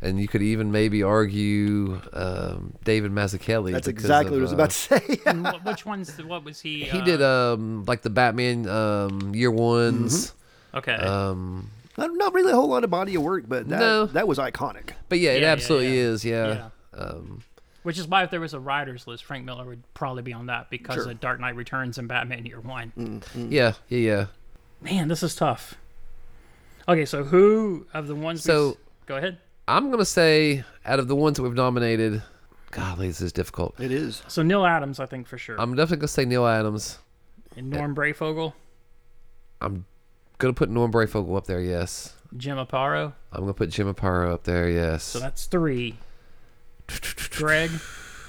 Speaker 3: and you could even maybe argue um, David Mazzucchelli.
Speaker 1: That's
Speaker 3: because
Speaker 1: exactly what I was
Speaker 2: uh,
Speaker 3: of,
Speaker 1: about to say.
Speaker 2: And wh- Which one's the, what was he?
Speaker 3: uh, He
Speaker 2: uh,
Speaker 3: did um, like the Batman um, Year Ones.
Speaker 2: Okay.
Speaker 1: Mm-hmm.
Speaker 3: Um,
Speaker 1: Not not really a whole lot of body of work, but that,
Speaker 3: No.
Speaker 1: that was iconic.
Speaker 3: but yeah, it
Speaker 2: Yeah, yeah,
Speaker 3: absolutely
Speaker 2: yeah.
Speaker 3: is. Yeah.
Speaker 2: Yeah.
Speaker 3: Um,
Speaker 2: Which is why if there was a writers list, Frank Miller would probably be on that because
Speaker 1: Sure.
Speaker 2: of Dark Knight Returns and Batman Year One.
Speaker 3: Mm.
Speaker 1: Mm.
Speaker 3: yeah. Yeah. Yeah.
Speaker 2: Man, this is tough. Okay, so who of the ones? we
Speaker 3: So-
Speaker 2: s- go ahead.
Speaker 3: I'm gonna say out of the ones that we've nominated, golly, this is difficult.
Speaker 1: It is.
Speaker 2: So Neil Adams, I think for sure,
Speaker 3: I'm definitely gonna say Neil Adams.
Speaker 2: and Norm Brayfogle,
Speaker 3: I'm gonna put Norm Brayfogle up there. Yes.
Speaker 2: Jim Aparo.
Speaker 3: I'm gonna put Jim Aparo up there. Yes.
Speaker 2: So that's three. Greg,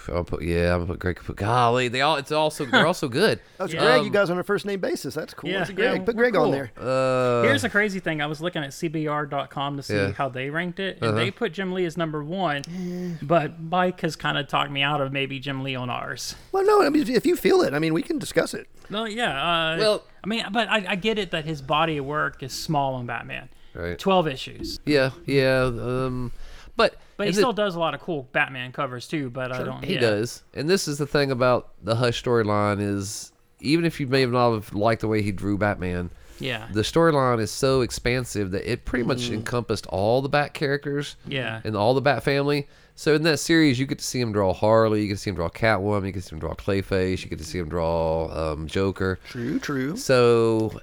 Speaker 3: I'll put yeah. I'm gonna put Greg. Put, golly, they all. It's also they're also good.
Speaker 1: That's
Speaker 2: Yeah.
Speaker 1: Greg.
Speaker 3: Um,
Speaker 1: you guys on a first name basis. That's cool.
Speaker 2: Yeah,
Speaker 1: That's Greg.
Speaker 2: yeah,
Speaker 1: Put
Speaker 2: we're
Speaker 1: Greg on
Speaker 2: cool.
Speaker 1: there.
Speaker 3: Uh,
Speaker 2: here's the crazy thing. I was looking at CBR.com to see
Speaker 3: Yeah. Uh-huh.
Speaker 2: how they ranked it, and they put Jim Lee as number one, but Mike has kind of talked me out of maybe Jim Lee on ours.
Speaker 1: Well, no, I mean, if- if you feel it, I mean, we can discuss it.
Speaker 2: No, yeah. Uh,
Speaker 3: Well-
Speaker 2: I mean, but I, I get it that his body of work is small on Batman.
Speaker 3: Right.
Speaker 2: Twelve issues,
Speaker 3: yeah, yeah. Um, but
Speaker 2: but he
Speaker 3: and the-
Speaker 2: still does a lot of cool Batman covers too. But I don't.
Speaker 3: he
Speaker 2: yeah.
Speaker 3: does. And this is the thing about the Hush storyline is even if you may have not have liked the way he drew Batman,
Speaker 2: Yeah.
Speaker 3: the storyline is so expansive that it pretty much encompassed all the Bat characters.
Speaker 2: Mm-hmm. Yeah.
Speaker 3: And all the Bat family. So in that series, you get to see him draw Harley, you get to see him draw Catwoman, you get to see him draw Clayface, you get to see him draw um, Joker.
Speaker 1: True, true.
Speaker 3: So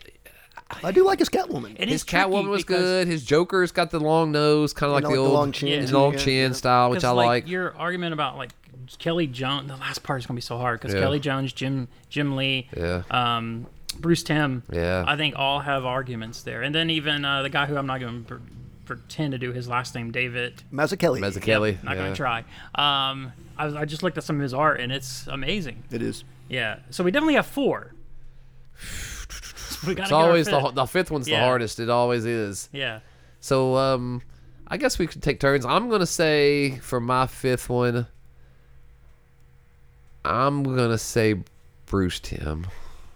Speaker 1: I do like his Catwoman.
Speaker 2: It
Speaker 3: his
Speaker 2: is tricky
Speaker 3: Catwoman was
Speaker 2: because-
Speaker 3: good. His Joker's got the long nose, kind of like,
Speaker 1: like
Speaker 3: the
Speaker 1: the
Speaker 3: old
Speaker 1: long chin,
Speaker 3: his
Speaker 2: too,
Speaker 3: long
Speaker 1: yeah,
Speaker 3: chin
Speaker 1: yeah.
Speaker 3: style, which
Speaker 2: 'cause,
Speaker 3: I like.
Speaker 2: your argument about like Kelly Jones. The last part is gonna be so hard because
Speaker 3: Yeah.
Speaker 2: Kelly Jones, Jim Jim Lee,
Speaker 3: Yeah.
Speaker 2: um, Bruce Tim.
Speaker 3: Yeah.
Speaker 2: I think all have arguments there, and then even uh, the guy who I'm not gonna pr- pretend to do his last name, David.
Speaker 1: Mazzucchelli.
Speaker 3: Mazzucchelli.
Speaker 2: Not
Speaker 3: yeah.
Speaker 2: gonna try. Um, I, was- I just looked at some of his art, and it's amazing.
Speaker 1: It is.
Speaker 2: Yeah. So we definitely have four. We gotta
Speaker 3: It's
Speaker 2: get our
Speaker 3: always the,
Speaker 2: fifth.
Speaker 3: ho- the fifth one's the
Speaker 2: Yeah.
Speaker 3: hardest. It always is.
Speaker 2: Yeah.
Speaker 3: So, um, I guess we could take turns. I'm gonna say for my fifth one, I'm gonna say Bruce Tim,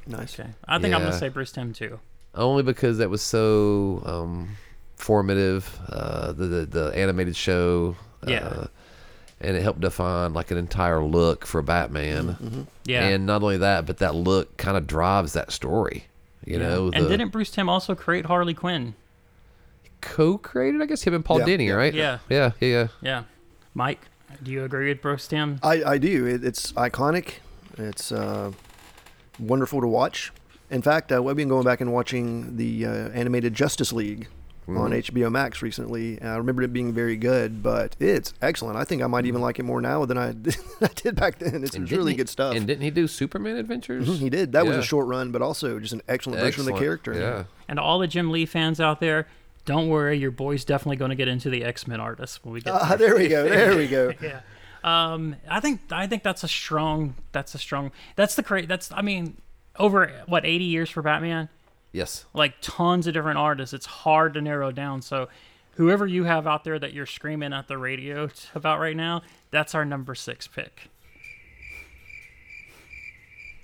Speaker 1: Nice.
Speaker 2: Okay. I think I'm
Speaker 3: Yeah.
Speaker 2: gonna say Bruce Tim too.
Speaker 3: only because that was so um, formative. Uh, the, the the animated show.
Speaker 2: Yeah.
Speaker 3: Uh, and it helped define like an entire look for Batman.
Speaker 2: Mm-hmm. Yeah.
Speaker 3: And not only that, but that look kind of drives that story. You know,
Speaker 2: and
Speaker 3: the
Speaker 2: didn't Bruce Tim also create Harley Quinn?
Speaker 3: co-created, I guess, him and Paul
Speaker 1: Yeah,
Speaker 3: Dini,
Speaker 1: yeah,
Speaker 3: right?
Speaker 2: yeah.
Speaker 3: yeah, yeah, yeah.
Speaker 2: Yeah. Mike, do you agree with Bruce Tim?
Speaker 1: I, I do. It, it's iconic. It's uh, wonderful to watch. In fact, uh, we've been going back and watching the uh, animated Justice League
Speaker 3: Mm.
Speaker 1: on HBO Max recently. And I remember it being very good, but it's excellent. I think I might even like it more now than I, than I did back then. It's,
Speaker 3: Mm. And
Speaker 1: it's really
Speaker 3: didn't he-
Speaker 1: good stuff. Mm-hmm,
Speaker 3: And didn't he do Superman Adventures?
Speaker 1: he did. That was
Speaker 3: Yeah.
Speaker 1: a short run, but also just an excellent, version of
Speaker 3: Excellent.
Speaker 1: the character.
Speaker 3: Yeah.
Speaker 2: And all the Jim Lee fans out there, don't worry, your boy's definitely going to get into the X Men artist when we get.
Speaker 1: Ah, there we go. There we go.
Speaker 2: there. Yeah. Um, I think I think that's a strong. That's a strong. That's the cra That's I mean, over what eighty years for Batman,
Speaker 3: Yes.
Speaker 2: like tons of different artists. It's hard to narrow down. So, whoever you have out there that you're screaming at the radio t- about right now, that's our number six pick.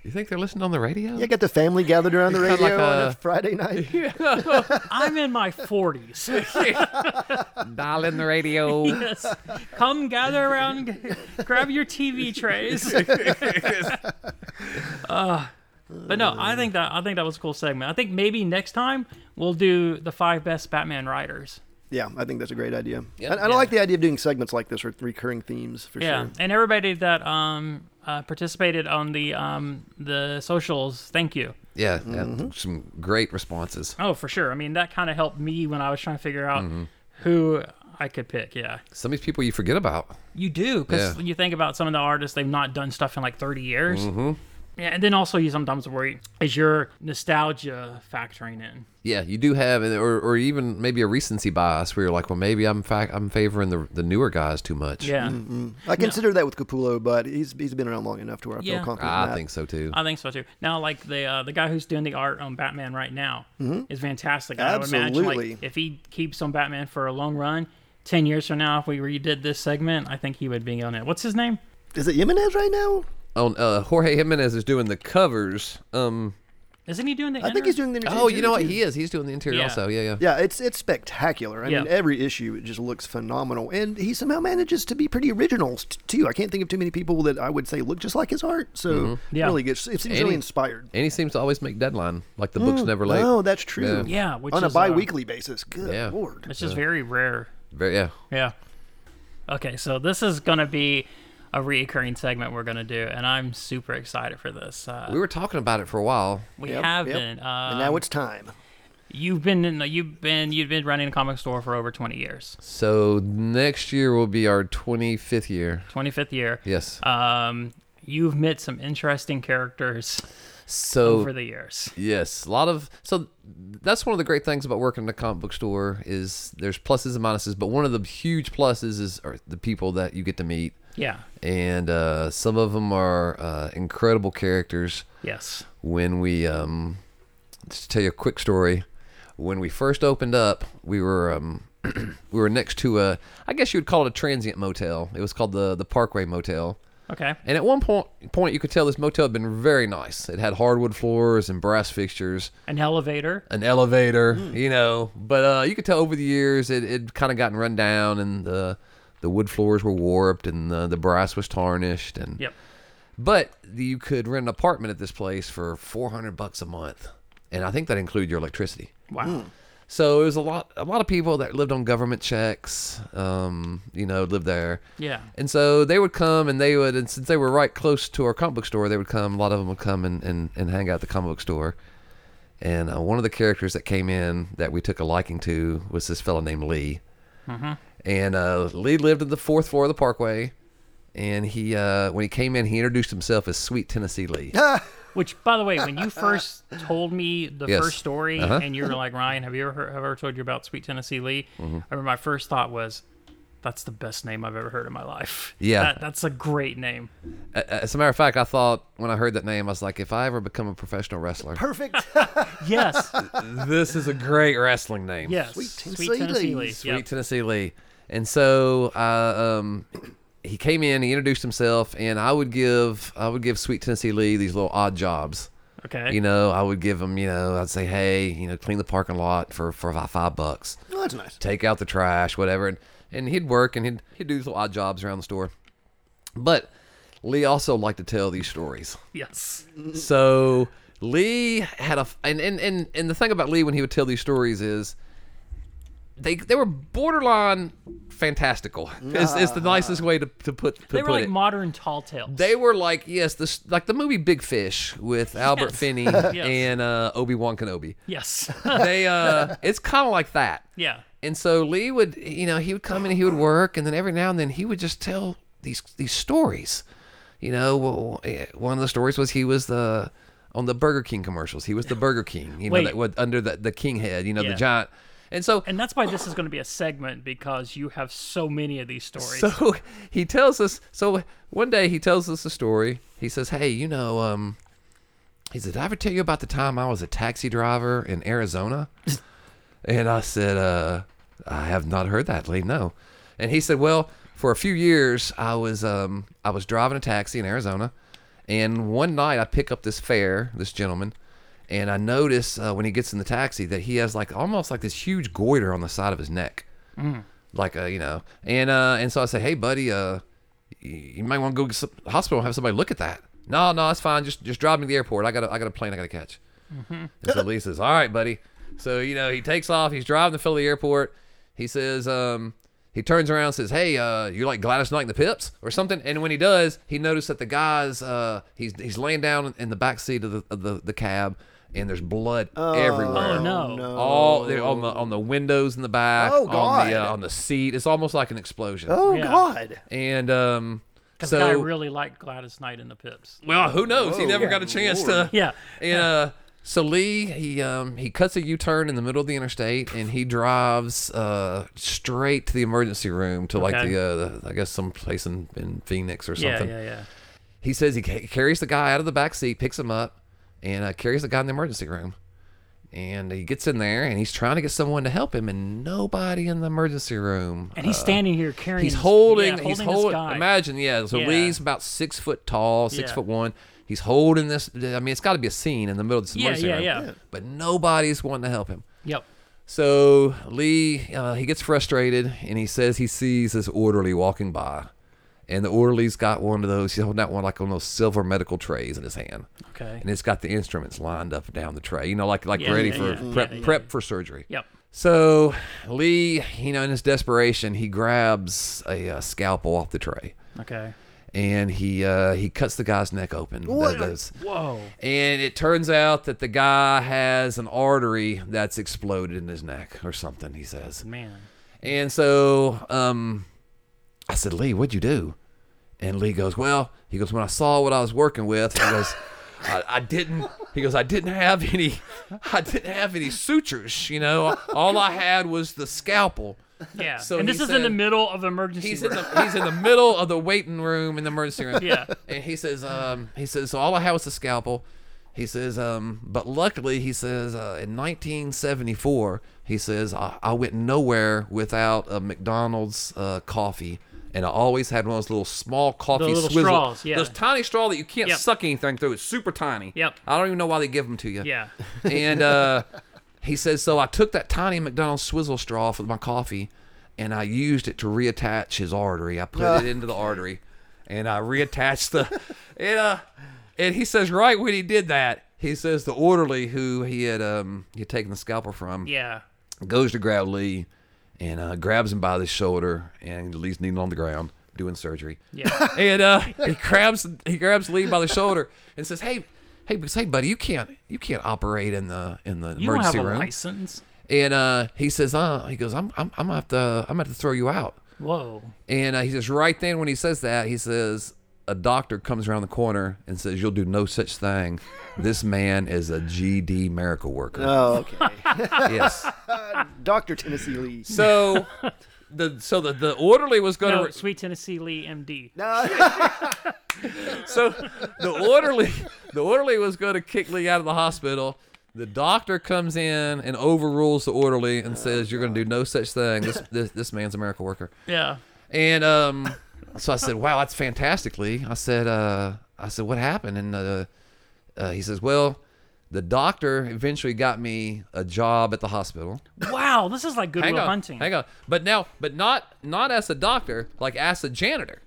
Speaker 3: You think they're listening on the radio?
Speaker 1: You got the family gathered around the radio
Speaker 3: kinda like
Speaker 1: on
Speaker 3: a-
Speaker 1: a Friday night.
Speaker 2: I'm in my forties.
Speaker 3: Dial in the radio.
Speaker 2: Yes. Come gather around, g- grab your TV trays. Uh, but no, I think that I think that was a cool segment. I think maybe next time we'll do the five best Batman writers.
Speaker 1: Yeah, I think that's a great idea.
Speaker 3: Yeah.
Speaker 1: and I
Speaker 2: Yeah.
Speaker 1: like the idea of doing segments like this or recurring themes for
Speaker 2: Yeah,
Speaker 1: sure.
Speaker 2: and everybody that um uh, participated on the um the socials, thank you.
Speaker 3: yeah. yeah,
Speaker 1: Mm-hmm.
Speaker 3: Some great responses.
Speaker 2: Oh, for sure. I mean, that kind of helped me when I was trying to figure out who I could pick. Yeah,
Speaker 3: Some of these people you forget about.
Speaker 2: you do because
Speaker 3: Yeah.
Speaker 2: you think about some of the artists they've not done stuff in like 30 years.
Speaker 1: Mm-hmm.
Speaker 2: Yeah, and then also you sometimes worry is your nostalgia factoring in?
Speaker 3: Yeah, you do have, or, or even maybe a recency bias where you're like, well, maybe I'm fac- I'm favoring the the newer guys too much.
Speaker 2: Yeah,
Speaker 1: I consider that with Capullo, but he's he's been around long enough to where I
Speaker 2: Yeah.
Speaker 1: feel confident. in
Speaker 3: Ah, I
Speaker 1: that.
Speaker 3: think so too.
Speaker 2: I think so too. Now, like the uh, the guy who's doing the art on Batman right now is fantastic. I would imagine
Speaker 1: Mm-hmm. Absolutely.
Speaker 2: like if he keeps on Batman for a long run, 10 years from now, if we redid this segment, I think he would be on it. What's his name?
Speaker 1: Is it Jimenez right now?
Speaker 3: on uh, Jorge Jimenez is doing the covers. Um,
Speaker 2: Isn't he doing the?
Speaker 1: I think he's doing the interior.
Speaker 3: Oh, you know what?
Speaker 1: too.
Speaker 3: He is. He's doing the interior
Speaker 2: Yeah.
Speaker 3: also. Yeah, yeah.
Speaker 1: Yeah, it's it's spectacular. I mean,
Speaker 2: Yeah.
Speaker 1: every issue it just looks phenomenal, and he somehow manages to be pretty original t- too. I can't think of too many people that I would say look just like his art. So
Speaker 2: Yeah.
Speaker 1: really good. It seems
Speaker 3: Mm-hmm. Any-
Speaker 1: really inspired.
Speaker 3: And he seems to always make deadline. Like the book's never late.
Speaker 1: Oh, that's true.
Speaker 3: Yeah.
Speaker 2: Yeah, which
Speaker 1: on a
Speaker 2: is, uh,
Speaker 1: bi-weekly basis. Good
Speaker 3: Yeah.
Speaker 1: lord.
Speaker 2: It's just very rare.
Speaker 3: Very, yeah.
Speaker 2: Yeah. Okay, so this is gonna be a reoccurring segment we're gonna do, and I'm super excited for this. Uh,
Speaker 3: We were talking about it for a while.
Speaker 2: we
Speaker 1: Yep,
Speaker 2: have
Speaker 1: yep.
Speaker 2: been.
Speaker 1: and
Speaker 2: Uh,
Speaker 1: now it's time.
Speaker 2: you've been in. The, you've been. You've been running a comic store for over 20 years.
Speaker 3: So next year will be our 25th year.
Speaker 2: 25th year.
Speaker 3: Yes.
Speaker 2: Um, you've met some interesting characters
Speaker 1: Oh.
Speaker 3: so
Speaker 2: over the years.
Speaker 3: Yes, a lot of so that's one of the great things about working in a comic book store is there's pluses and minuses, but one of the huge pluses is are the people that you get to meet,
Speaker 2: Yeah.
Speaker 3: and uh, some of them are uh, incredible characters.
Speaker 2: Yes.
Speaker 3: When we um, just to tell you a quick story, when we first opened up, we were um, we were next to a I guess you would call it a transient motel. It was called the the Parkway Motel.
Speaker 2: Okay.
Speaker 3: And at one point, point you could tell this motel had been very nice. It had hardwood floors and brass fixtures
Speaker 2: An elevator.
Speaker 3: an elevator, you know. But uh, you could tell over the years it it kind of gotten run down, and the the wood floors were warped, and the, the brass was tarnished, and
Speaker 2: Yep.
Speaker 3: But you could rent an apartment at this place for four hundred bucks a month, and I think that included your electricity.
Speaker 2: Wow.
Speaker 1: Hmm.
Speaker 3: So it was a lot a lot of people that lived on government checks, um, you know, lived there.
Speaker 2: Yeah.
Speaker 3: And so they would come and they would, and since they were right close to our comic book store, they would come, a lot of them would come and, and, and hang out at the comic book store. And uh, one of the characters that came in that we took a liking to was this fellow named Lee. And uh, Lee lived in the fourth floor of the parkway. And he, uh, when he came in, he introduced himself as Sweet Tennessee Lee.
Speaker 2: Which, by the way, when you first told me the
Speaker 3: Yes.
Speaker 2: first story,
Speaker 3: Uh-huh.
Speaker 2: and you were like, "Ryan, have you ever heard, have I ever told you about Sweet Tennessee Lee?"
Speaker 3: Mm-hmm.
Speaker 2: I remember my first thought was, "That's the best name I've ever heard in my life."
Speaker 3: Yeah.
Speaker 2: That, that's a great name.
Speaker 3: Uh, As a matter of fact, I thought when I heard that name, I was like, if I ever become a professional wrestler,
Speaker 1: Perfect.
Speaker 2: Yes.
Speaker 3: this is a great wrestling name.
Speaker 2: yes.
Speaker 1: Sweet Tennessee Lee.
Speaker 3: Sweet
Speaker 2: Yep.
Speaker 3: Tennessee Lee. And so uh, um, he came in, he introduced himself, and I would give I would give Sweet Tennessee Lee these little odd jobs.
Speaker 2: okay.
Speaker 3: You know, I would give him, you know, I'd say, hey, you know, clean the parking lot for for about five bucks,
Speaker 1: oh, that's nice.
Speaker 3: take out the trash, whatever, and and he'd work and he'd he'd do these little odd jobs around the store. But Lee also liked to tell these stories.
Speaker 2: yes.
Speaker 3: So Lee had a and, and and and the thing about Lee when he would tell these stories is they they were borderline fantastical. It's, it's the nicest way to, to put to
Speaker 2: They
Speaker 3: put
Speaker 2: were like
Speaker 3: it.
Speaker 2: modern tall tales.
Speaker 3: they were like yes, this like the movie Big Fish with Albert
Speaker 2: Yes.
Speaker 3: Finney and uh, Obi Wan Kenobi.
Speaker 2: yes.
Speaker 3: They uh, it's kind of like that.
Speaker 2: yeah.
Speaker 3: And so Lee would, you know, he would come in, he would work, and then every now and then he would just tell these these stories. You know, well, eh, one of the stories was he was the on the Burger King commercials. He was the Burger King, you know,
Speaker 2: Wait.
Speaker 3: that was under the the king head, you know,
Speaker 2: Yeah.
Speaker 3: the giant. And so
Speaker 2: And that's why this is going to be a segment because you have so many of these stories.
Speaker 3: so he tells us. So one day he tells us a story. He says, "Hey, you know, um, he said, did I ever tell you about the time I was a taxi driver in Arizona?" and I said, uh, "I have not heard that, Lee. No." And he said, "Well, for a few years, I was um, I was driving a taxi in Arizona, and one night I pick up this fare, this gentleman." And I notice uh, when he gets in the taxi that he has like almost like this huge goiter on the side of his neck like uh, you know and uh and so i said hey buddy uh y- you might want to go to the hospital and have somebody look at that no no it's fine just just drive me to the airport i got a, I got a plane i got to catch and so lee says all right buddy so you know he takes off he's driving to fill the airport he says um he turns around and says hey uh you like gladys knight and the pips or something and when he does he noticed that the guy's uh he's he's laying down in the back seat of the of the, the cab and there's blood everywhere
Speaker 2: Oh, no.
Speaker 3: all they're on the on the windows in the back.
Speaker 1: Oh,
Speaker 3: On the,
Speaker 1: God.
Speaker 3: uh, on the seat, it's almost like an explosion.
Speaker 1: Oh
Speaker 2: Yeah.
Speaker 1: God.
Speaker 3: And um,
Speaker 2: Because
Speaker 3: so
Speaker 2: I really liked Gladys Knight and the Pips.
Speaker 3: well, who knows? he
Speaker 1: Whoa.
Speaker 3: never got a chance to.
Speaker 2: Yeah.
Speaker 3: And uh, so Lee, he um, he cuts a U-turn in the middle of the interstate, and he drives uh straight to the emergency room to like
Speaker 2: Okay.
Speaker 3: the, uh, the I guess some place in, in Phoenix or
Speaker 2: Yeah,
Speaker 3: something.
Speaker 2: yeah, yeah.
Speaker 3: He says he ca- carries the guy out of the back seat, picks him up, and uh, carries the guy in the emergency room. And he gets in there, and he's trying to get someone to help him, and nobody in the emergency room.
Speaker 2: And he's standing here carrying.
Speaker 3: Uh, He's
Speaker 2: this-
Speaker 3: holding.
Speaker 2: yeah,
Speaker 3: he's
Speaker 2: holding
Speaker 3: holding.
Speaker 2: This guy.
Speaker 3: Imagine, yeah. So
Speaker 2: Yeah.
Speaker 3: Lee's about six foot tall, six
Speaker 2: Yeah.
Speaker 3: foot one. He's holding this. I mean, it's got to be a scene in the middle of this
Speaker 2: Yeah,
Speaker 3: emergency
Speaker 2: yeah,
Speaker 3: room.
Speaker 2: yeah. Yeah.
Speaker 3: But nobody's wanting to help him.
Speaker 2: Yep.
Speaker 3: So Lee, uh, he gets frustrated and he says he sees this orderly walking by. And the orderly's got one of those, he's holding out one like one of those silver medical trays in his hand.
Speaker 2: Okay.
Speaker 3: And it's got the instruments lined up down the tray, you know, like like
Speaker 2: Yeah,
Speaker 3: ready
Speaker 2: yeah,
Speaker 3: for
Speaker 2: yeah,
Speaker 3: prep,
Speaker 2: yeah, yeah.
Speaker 3: prep for surgery.
Speaker 2: Yep.
Speaker 3: So Lee, you know, in his desperation, he grabs a uh, scalpel off the tray
Speaker 2: Okay.
Speaker 3: and he uh, he cuts the guy's neck open.
Speaker 1: What?
Speaker 3: Those-
Speaker 2: Whoa.
Speaker 3: and it turns out that the guy has an artery that's exploded in his neck or something, he says.
Speaker 2: Man.
Speaker 3: And so um, I said, Lee, what'd you do? And Lee goes, Well, he goes, when I saw what I was working with, he goes, I, I didn't. He goes, I didn't have any, I didn't have any sutures. You know, all I had was the scalpel.
Speaker 2: Yeah.
Speaker 3: So
Speaker 2: and
Speaker 3: he
Speaker 2: this is in the
Speaker 3: said-
Speaker 2: middle of emergency.
Speaker 3: He's in
Speaker 2: room.
Speaker 3: the he's in the middle of the waiting room in the emergency room.
Speaker 2: Yeah.
Speaker 3: And he says, um, he says, so all I had was the scalpel. He says, um, but luckily, he says, uh, in 1974, he says, I, I went nowhere without a McDonald's uh, coffee. And I always had one of those little small coffee
Speaker 2: little
Speaker 3: swizzle-
Speaker 2: straws, yeah.
Speaker 3: Those tiny straw that you can't
Speaker 2: Yep.
Speaker 3: suck anything through. It's super tiny.
Speaker 2: Yep.
Speaker 3: I don't even know why they give them to you
Speaker 2: yeah.
Speaker 3: and uh, he says, so I took that tiny McDonald's swizzle straw off of my coffee, and I used it to reattach his artery. I put it into the artery, and I reattached the. And, uh, and he says, right when he did that, he says the orderly who he had um he had taken the scalpel from
Speaker 2: Yeah.
Speaker 3: goes to grab Lee, and uh, grabs him by the shoulder, and Lee's kneeling on the ground doing surgery.
Speaker 2: Yeah.
Speaker 3: And uh, he grabs he grabs Lee by the shoulder and says, "Hey, hey, because hey, buddy, you can't you can't operate in the in the
Speaker 2: You don't have
Speaker 3: emergency
Speaker 2: a
Speaker 3: room."
Speaker 2: license.
Speaker 3: And uh, he says, "Uh, he goes, I'm I'm I'm gonna have to I'm gonna have to throw you out."
Speaker 2: Whoa.
Speaker 3: And uh, he says, right then when he says that, he says, a doctor comes around the corner and says, "You'll do no such thing. This man is a GD miracle worker."
Speaker 1: Oh, okay.
Speaker 3: yes.
Speaker 1: Dr. Tennessee Lee.
Speaker 3: So. The, so the, the orderly was going
Speaker 2: No,
Speaker 3: to
Speaker 2: Sweet Tennessee Lee, M.D.
Speaker 3: So the orderly, the orderly was going to kick Lee out of the hospital. The doctor comes in and overrules the orderly and says, "You're going to do no such thing. This this, this man's a miracle worker."
Speaker 2: Yeah.
Speaker 3: And um, so I said, "Wow, that's fantastic, Lee." I said, uh, "I said, what happened?" And uh, uh, he says, "Well." The doctor eventually got me a job at the hospital.
Speaker 2: Wow. This is like Goodwill
Speaker 3: Hang on,
Speaker 2: Hunting.
Speaker 3: hang on. But now, but not not as a doctor, like as a janitor.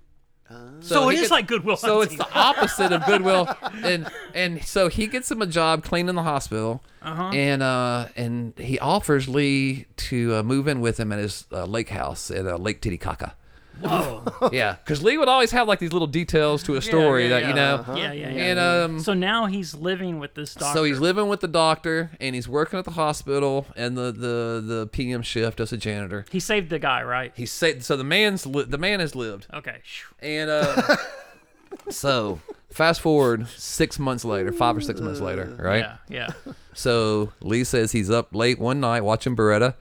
Speaker 2: So Oh, it
Speaker 3: he
Speaker 2: is
Speaker 3: gets-
Speaker 2: like Goodwill
Speaker 3: so
Speaker 2: Hunting.
Speaker 3: it's the opposite of goodwill, and and so he gets him a job cleaning the hospital,
Speaker 2: Uh-huh.
Speaker 3: and uh, and he offers Lee to uh, move in with him at his uh, lake house at uh, Lake Titicaca.
Speaker 2: Whoa.
Speaker 3: Yeah, because Lee would always have like these little details to a story
Speaker 2: yeah,
Speaker 3: that
Speaker 2: yeah. Uh-huh.
Speaker 3: you know,
Speaker 2: Yeah, yeah, yeah.
Speaker 3: and um,
Speaker 2: so now he's living with this doctor.
Speaker 3: so he's living with the doctor and he's working at the hospital and the the the PM shift as a janitor.
Speaker 2: he saved the guy, right?
Speaker 3: He said so the man's li- the man has lived.
Speaker 2: Okay. Phew.
Speaker 3: And uh, so, fast forward six months later, five or six months later, right?
Speaker 2: Yeah, yeah.
Speaker 3: So Lee says he's up late one night watching Beretta,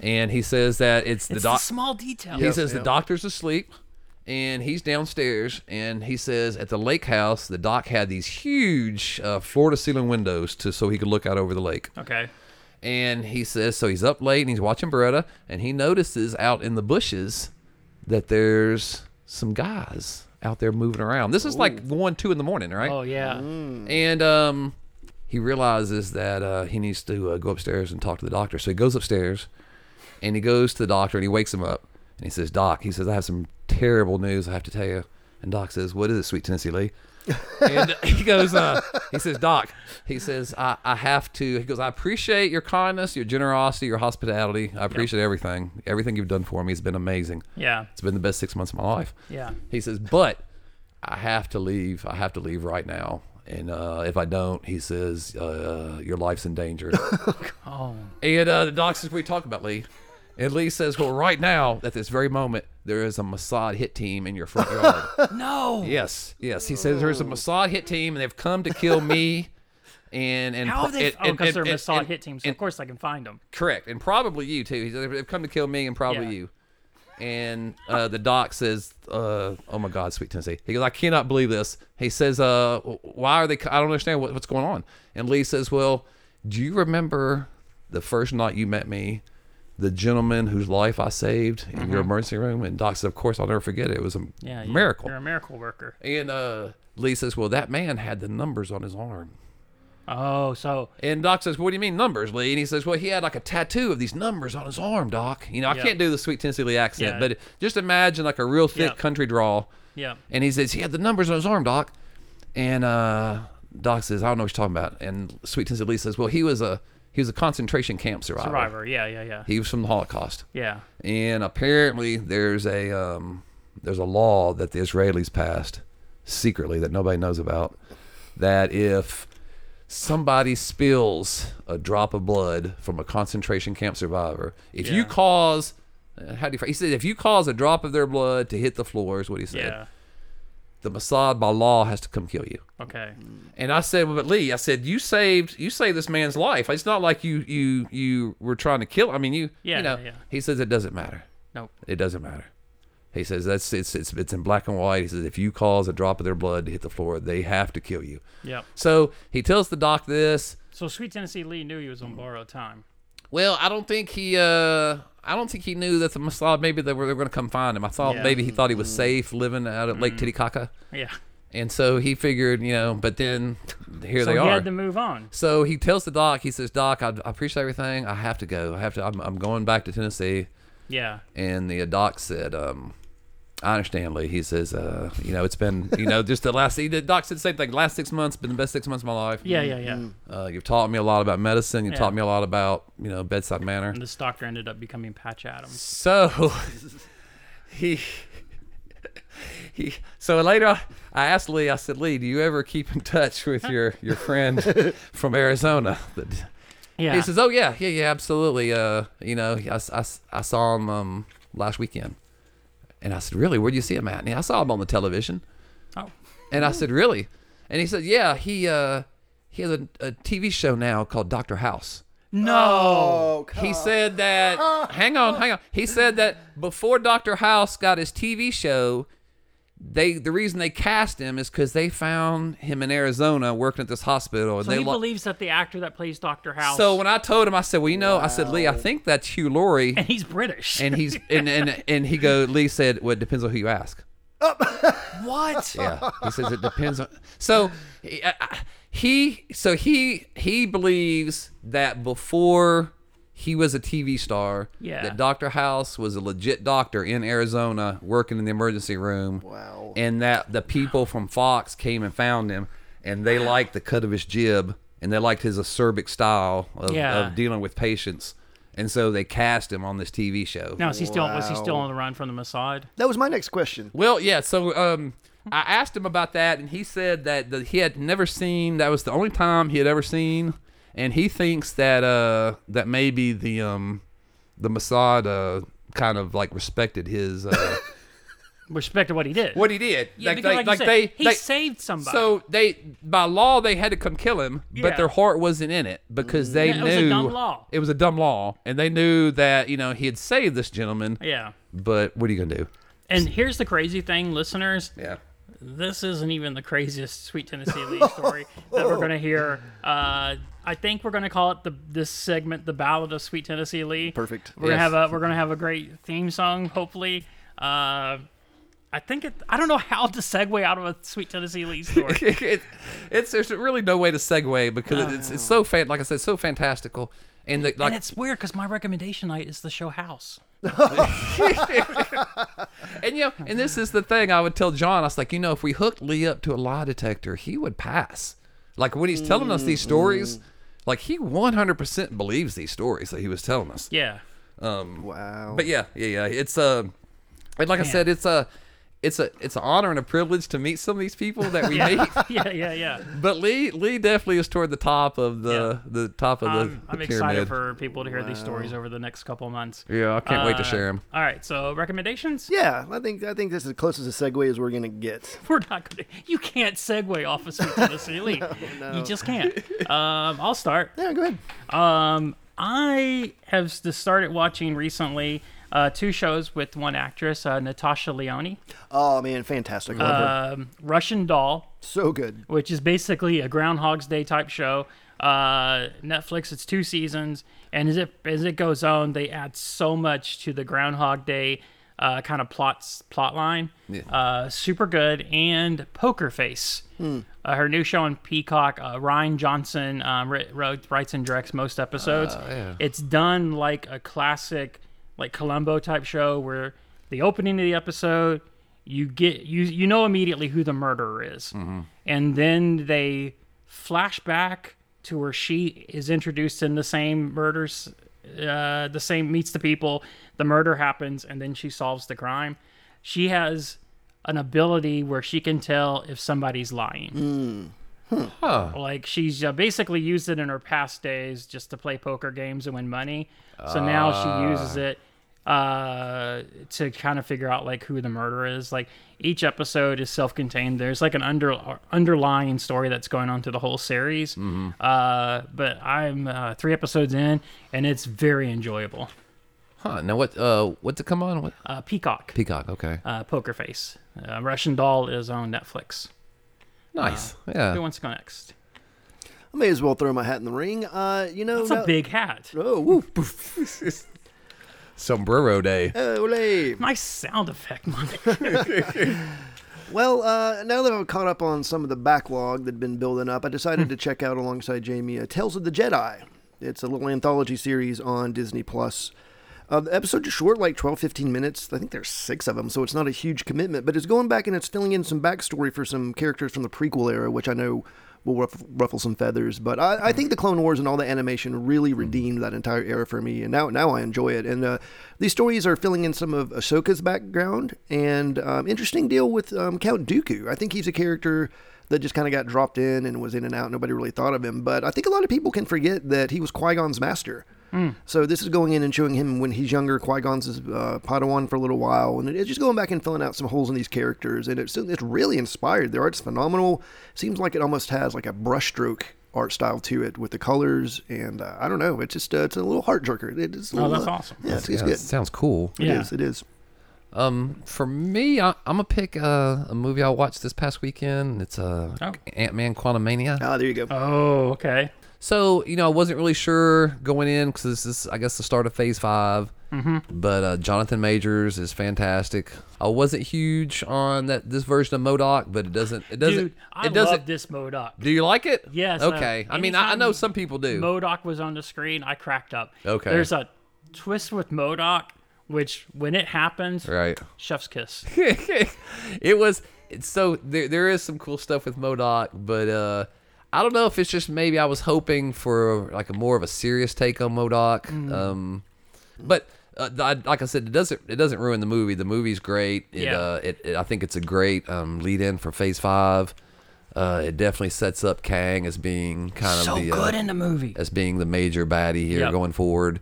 Speaker 3: and he says that it's the
Speaker 2: It's the
Speaker 3: doc.
Speaker 2: small detail.
Speaker 3: He
Speaker 1: Yep,
Speaker 3: says the
Speaker 1: yep.
Speaker 3: doctor's asleep, and he's downstairs, and he says at the lake house the doc had these huge uh, floor to ceiling windows to so he could look out over the lake.
Speaker 2: Okay.
Speaker 3: And he says, so he's up late and he's watching Beretta, and he notices out in the bushes that there's some guys out there moving around. This is like one, two in the morning, right?
Speaker 2: Oh yeah.
Speaker 3: Mm. And um, he realizes that uh, he needs to uh, go upstairs and talk to the doctor. So he goes upstairs and he goes to the doctor and he wakes him up and he says, Doc, he says, I have some terrible news I have to tell you. And Doc says, What is it, sweet Tennessee Lee? and he goes, uh, he says, Doc, he says, I, I have to. He goes, I appreciate your kindness, your generosity, your hospitality. I appreciate everything. Everything you've done for me has been amazing.
Speaker 2: Yeah.
Speaker 3: It's been the best six months of my life.
Speaker 2: Yeah.
Speaker 3: He says, but I have to leave. I have to leave right now. And uh, if I don't, he says, uh, your life's in danger.
Speaker 2: Oh.
Speaker 3: and uh, the doc says, we talk about Lee. And Lee says, well, right now, at this very moment, there is a Mossad hit team in your front yard.
Speaker 2: No.
Speaker 3: yes, yes. He says, there's a Mossad hit team, and they've come to kill me. And, and
Speaker 2: How have they?
Speaker 3: and-
Speaker 2: Oh, because
Speaker 3: and-
Speaker 2: they're
Speaker 3: and-
Speaker 2: Mossad
Speaker 3: and-
Speaker 2: hit teams. So of course, I can find them.
Speaker 3: Correct, and probably you too. He's like, They've come to kill me, and probably
Speaker 2: Yeah.
Speaker 3: you. And uh, the doc says, uh, "Oh my God, sweet Tennessee." He goes, "I cannot believe this." He says, uh, "Why are they? co- I don't understand what, what's going on." And Lee says, "Well, do you remember the first night you met me? the gentleman whose life I saved in your emergency room. And Doc said, Of course, I'll never forget it. It was a
Speaker 2: Mm-hmm. Yeah, you-
Speaker 3: miracle.
Speaker 2: You're a miracle worker.
Speaker 3: And uh, Lee says, Well, that man had the numbers on his arm.
Speaker 2: Oh, so
Speaker 3: And Doc says, What do you mean numbers, Lee? And he says, Well, he had like a tattoo of these numbers on his arm, Doc. You know, I
Speaker 2: Yeah.
Speaker 3: can't do the sweet Tennessee Lee accent,
Speaker 2: Yeah.
Speaker 3: but just imagine like a real thick
Speaker 2: Yeah.
Speaker 3: country draw.
Speaker 2: yeah,
Speaker 3: And he says, He had the numbers on his arm, Doc. And uh, Doc says, I don't know what you're talking about. And Sweet Tennessee Lee says, Well, he was a he was a concentration camp survivor.
Speaker 2: survivor. Yeah, yeah, yeah,
Speaker 3: He was from the Holocaust.
Speaker 2: yeah.
Speaker 3: And apparently there's a um, there's a law that the Israelis passed secretly that nobody knows about that if somebody spills a drop of blood from a concentration camp survivor, if you
Speaker 2: Yeah.
Speaker 3: cause uh, how do you, phrase- he said if you cause a drop of their blood to hit the floor is what he said.
Speaker 2: Yeah.
Speaker 3: The Mossad by law has to come kill you.
Speaker 2: Okay.
Speaker 3: And I said, well, but Lee, I said, you saved you saved this man's life. It's not like you you you were trying to kill. I mean, you
Speaker 2: Yeah,
Speaker 3: you know.
Speaker 2: yeah, yeah.
Speaker 3: He says it doesn't matter.
Speaker 2: Nope.
Speaker 3: It doesn't matter. He says that's it's it's it's in black and white. He says if you cause a drop of their blood to hit the floor, they have to kill you.
Speaker 2: Yep.
Speaker 3: So he tells the doc this.
Speaker 2: So Sweet Tennessee Lee knew he was on borrowed time.
Speaker 3: Well, I don't think he uh I don't think he knew that the Mossad maybe they were they were going to come find him. I thought
Speaker 2: Yeah. Mm-hmm.
Speaker 3: maybe he thought he was safe living out at Lake Titicaca,
Speaker 2: Yeah.
Speaker 3: and so he figured you know. But then here
Speaker 2: so
Speaker 3: they
Speaker 2: he
Speaker 3: are.
Speaker 2: had to move on.
Speaker 3: So he tells the doc, he says, "Doc, I, I appreciate everything. I have to go. I have to. I'm, I'm going back to Tennessee."
Speaker 2: Yeah.
Speaker 3: And the doc said, um, "I understand, Lee." He says, uh, "You know, it's been, you know, just the last." He, the doc said the same thing. Last six months been the best six months of my life.
Speaker 2: Yeah, yeah, yeah.
Speaker 3: Uh, you've taught me a lot about medicine. You've
Speaker 2: Yeah.
Speaker 3: taught me a lot about, you know, bedside manner.
Speaker 2: And this doctor ended up becoming Patch Adams.
Speaker 3: So he he so later I- I asked Lee, I said, Lee, do you ever keep in touch with your, your friend from Arizona? that-
Speaker 2: Yeah.
Speaker 3: He says, "Oh yeah, yeah, yeah, absolutely. Uh, you know, I, I, I saw him um, last weekend." And I said, "Really? Where'd you see him at?" And he, I saw him on the television.
Speaker 2: oh.
Speaker 3: And I said, "Really?" And he said, "Yeah, he uh, he has a, a TV show now called Doctor House."
Speaker 2: No.
Speaker 1: Oh, come
Speaker 3: He said that. hang on, hang on. He said that before Doctor House got his TV show, they the reason they cast him is because they found him in Arizona working at this hospital, and
Speaker 2: So
Speaker 3: they
Speaker 2: he
Speaker 3: lo-
Speaker 2: believes that the actor that plays Doctor House.
Speaker 3: So when I told him, I said, "Well, you know," I said, "Lee, I think that's Hugh Laurie."
Speaker 2: and he's British.
Speaker 3: and he's and and and he go Lee said, "Well, it depends on who you ask."
Speaker 2: what?
Speaker 3: Yeah, he says it depends on. So he- I- I- he so he he believes that before he was a TV star,
Speaker 2: Yeah.
Speaker 3: that Doctor House was a legit doctor in Arizona working in the emergency room.
Speaker 1: Wow.
Speaker 3: and that the people from Fox came and found him, and they liked the cut of his jib, and they liked his acerbic style of,
Speaker 2: Yeah.
Speaker 3: of dealing with patients. And so they cast him on this TV show.
Speaker 2: Now is he still was he still
Speaker 1: Wow.
Speaker 2: on the run from the Mossad?
Speaker 1: That was my next question.
Speaker 3: Well, yeah. So um, I asked him about that, and he said that the, he had never seen. That was the only time he had ever seen, and he thinks that uh, that maybe the um, the Mossad uh, kind of like respected his uh,
Speaker 2: Respect to what he did.
Speaker 3: what he did.
Speaker 2: Yeah,
Speaker 3: like
Speaker 2: because
Speaker 3: they,
Speaker 2: like, you
Speaker 3: like
Speaker 2: said,
Speaker 3: they,
Speaker 2: he
Speaker 3: they-
Speaker 2: saved somebody.
Speaker 3: So they by law they had to come kill him, but
Speaker 2: Yeah. Mm.
Speaker 3: their heart wasn't in it because they
Speaker 2: Yeah, it was
Speaker 3: knew
Speaker 2: a dumb law.
Speaker 3: It was a dumb law, and they knew that you know he had saved this gentleman.
Speaker 2: yeah.
Speaker 3: But what are you gonna do?
Speaker 2: And here's the crazy thing, listeners.
Speaker 3: Yeah.
Speaker 2: This isn't even the craziest Sweet Tennessee Lee story that we're gonna hear. Uh, I think we're gonna call it the this segment the Ballad of Sweet Tennessee Lee.
Speaker 1: Perfect.
Speaker 2: We're
Speaker 3: Yes.
Speaker 2: gonna have a we're gonna have a great theme song, hopefully. Uh, I think it. I don't know how to segue out of a Sweet Tennessee Lee story.
Speaker 3: it, it's there's really no way to segue because it's it's so fan like I said so fantastical and the, like
Speaker 2: and it's weird because my recommendation night is the show House.
Speaker 3: and you
Speaker 2: Oh,
Speaker 3: know and this is the thing I would tell John I was like you know if we hooked Lee up to a lie detector he would pass like when he's telling us these stories like he 100% believes these stories that he was telling us
Speaker 2: Yeah.
Speaker 1: Wow.
Speaker 3: but yeah yeah yeah it's uh and like I said it's a it's a it's an honor and a privilege to meet some of these people that we meet
Speaker 2: Yeah, yeah, yeah.
Speaker 3: but Lee Lee definitely is toward the top of the the top of the,
Speaker 2: I'm,
Speaker 3: the
Speaker 2: Um, I'm
Speaker 3: pyramid
Speaker 2: excited for people to hear these stories over the next couple months.
Speaker 3: yeah I can't wait to
Speaker 2: Uh,
Speaker 3: share him.
Speaker 2: All right, so recommendations?
Speaker 1: yeah, I think I think this is the closest a segue as we're gonna get.
Speaker 2: We're not going to. You can't segue off of Sweet Tennessee Lee. You just can't. Um, I'll start.
Speaker 1: Yeah, go ahead.
Speaker 2: Um, I have s- just started watching recently uh, two shows with one actress, uh, Natasha Leone,
Speaker 1: Oh man, fantastic.
Speaker 2: Uh,
Speaker 1: Love her.
Speaker 2: um, Russian Doll,
Speaker 1: So good.
Speaker 2: which is basically a Groundhog's Day type show Uh, Netflix, it's two seasons, and as it as it goes on, they add so much to the Groundhog Day uh, kind of plots plot line.
Speaker 3: Yeah.
Speaker 2: Uh, super good and Poker Face,
Speaker 3: Hmm.
Speaker 2: uh, her new show on Peacock. Uh, Ryan Johnson um, wri- wrote, writes and directs most episodes.
Speaker 3: Uh, yeah.
Speaker 2: It's done like a classic, like Columbo type show where the opening of the episode, you get you you know immediately who the murderer is, and then they flash back to where she is introduced in the same murders, uh, the same meets the people, the murder happens, and then she solves the crime. She has an ability where she can tell if somebody's lying.
Speaker 3: Huh.
Speaker 2: Like she's uh, basically used it in her past days just to play poker games and win money. So now she uses it uh, to kind of figure out like who the murderer is. Like each episode is self-contained. There's like an under underlying story that's going on through the whole series. Uh, but I'm uh, three episodes in, and it's very enjoyable.
Speaker 3: Huh. Now what? Uh, what's it come on? What?
Speaker 2: Uh, Peacock,
Speaker 3: Peacock. Okay.
Speaker 2: uh, Poker Face, uh, Russian Doll is on Netflix.
Speaker 3: Nice.
Speaker 2: Who
Speaker 3: yeah.
Speaker 2: wants to go next?
Speaker 1: I may as well throw my hat in the ring. Uh, you know,
Speaker 2: That's
Speaker 1: now-
Speaker 2: a big hat.
Speaker 1: oh, woo,
Speaker 3: Sombrero day.
Speaker 1: uh, olé.
Speaker 2: Nice sound effect, Mike.
Speaker 1: Well, uh, now that I've caught up on some of the backlog that had been building up, I decided to check out alongside Jamie uh, Tales of the Jedi. It's a little anthology series on Disney Plus. Uh, the episodes are short, like 12, 15 minutes. I think there's six of them, so it's not a huge commitment, but it's going back and it's filling in some backstory for some characters from the prequel era, which I know will ruff- ruffle some feathers. But I, I think the Clone Wars and all the animation really redeemed that entire era for me, and now now I enjoy it. And uh, these stories are filling in some of Ahsoka's background and um, interesting deal with um, Count Dooku. I think he's a character that just kind of got dropped in and was in and out. Nobody really thought of him, but I think a lot of people can forget that he was Qui Gon's master.
Speaker 2: Mm.
Speaker 1: So this is going in and showing him when he's younger. Qui Gon's his, uh, Padawan for a little while, and it's just going back and filling out some holes in these characters. And it's it's really inspired. Their art's phenomenal. Seems like it almost has like a brushstroke art style to it with the colors. And uh, I don't know. It's just uh, it's a little heart jerker. It is. a
Speaker 2: Oh,
Speaker 1: little,
Speaker 2: that's
Speaker 1: uh,
Speaker 2: awesome.
Speaker 1: Yeah, it's, it's
Speaker 3: Yeah,
Speaker 1: good.
Speaker 3: Sounds cool.
Speaker 1: It
Speaker 2: Yeah.
Speaker 1: is. It is.
Speaker 3: Um, for me, I, I'm gonna pick uh, a movie I watched this past weekend. It's uh,
Speaker 2: Oh.
Speaker 3: Ant Man Quantumania.
Speaker 1: Ah, there you go.
Speaker 2: Oh, okay.
Speaker 3: So you know, I wasn't really sure going in because this is, I guess, the start of Phase 5 Mm-hmm. But uh, Jonathan Majors is fantastic. I wasn't huge on that this version of Modoc, but it doesn't. It doesn't.
Speaker 2: Dude, I
Speaker 3: it doesn't.
Speaker 2: love this Modoc.
Speaker 3: do you like it?
Speaker 2: Yes. uh,
Speaker 3: Okay. I mean, I, I know
Speaker 2: anytime
Speaker 3: some people do.
Speaker 2: Modoc was on the screen. I cracked up.
Speaker 3: Okay.
Speaker 2: There's a twist with Modoc, which when it happens,
Speaker 3: right.
Speaker 2: chef's kiss.
Speaker 3: it was it's so there, there is some cool stuff with Modoc, but uh I don't know if it's just maybe I was hoping for like a more of a serious take on Modoc.
Speaker 2: Mm.
Speaker 3: Um but uh, th- I, like I said, it doesn't it doesn't ruin the movie. The movie's great. It,
Speaker 2: Yeah.
Speaker 3: uh, it, it I think it's a great um, lead in for Phase Five. Uh, it definitely sets up Kang as being kind of
Speaker 2: So
Speaker 3: the
Speaker 2: good
Speaker 3: uh,
Speaker 2: in the movie.
Speaker 3: as being the major baddie here
Speaker 2: Yep.
Speaker 3: going forward.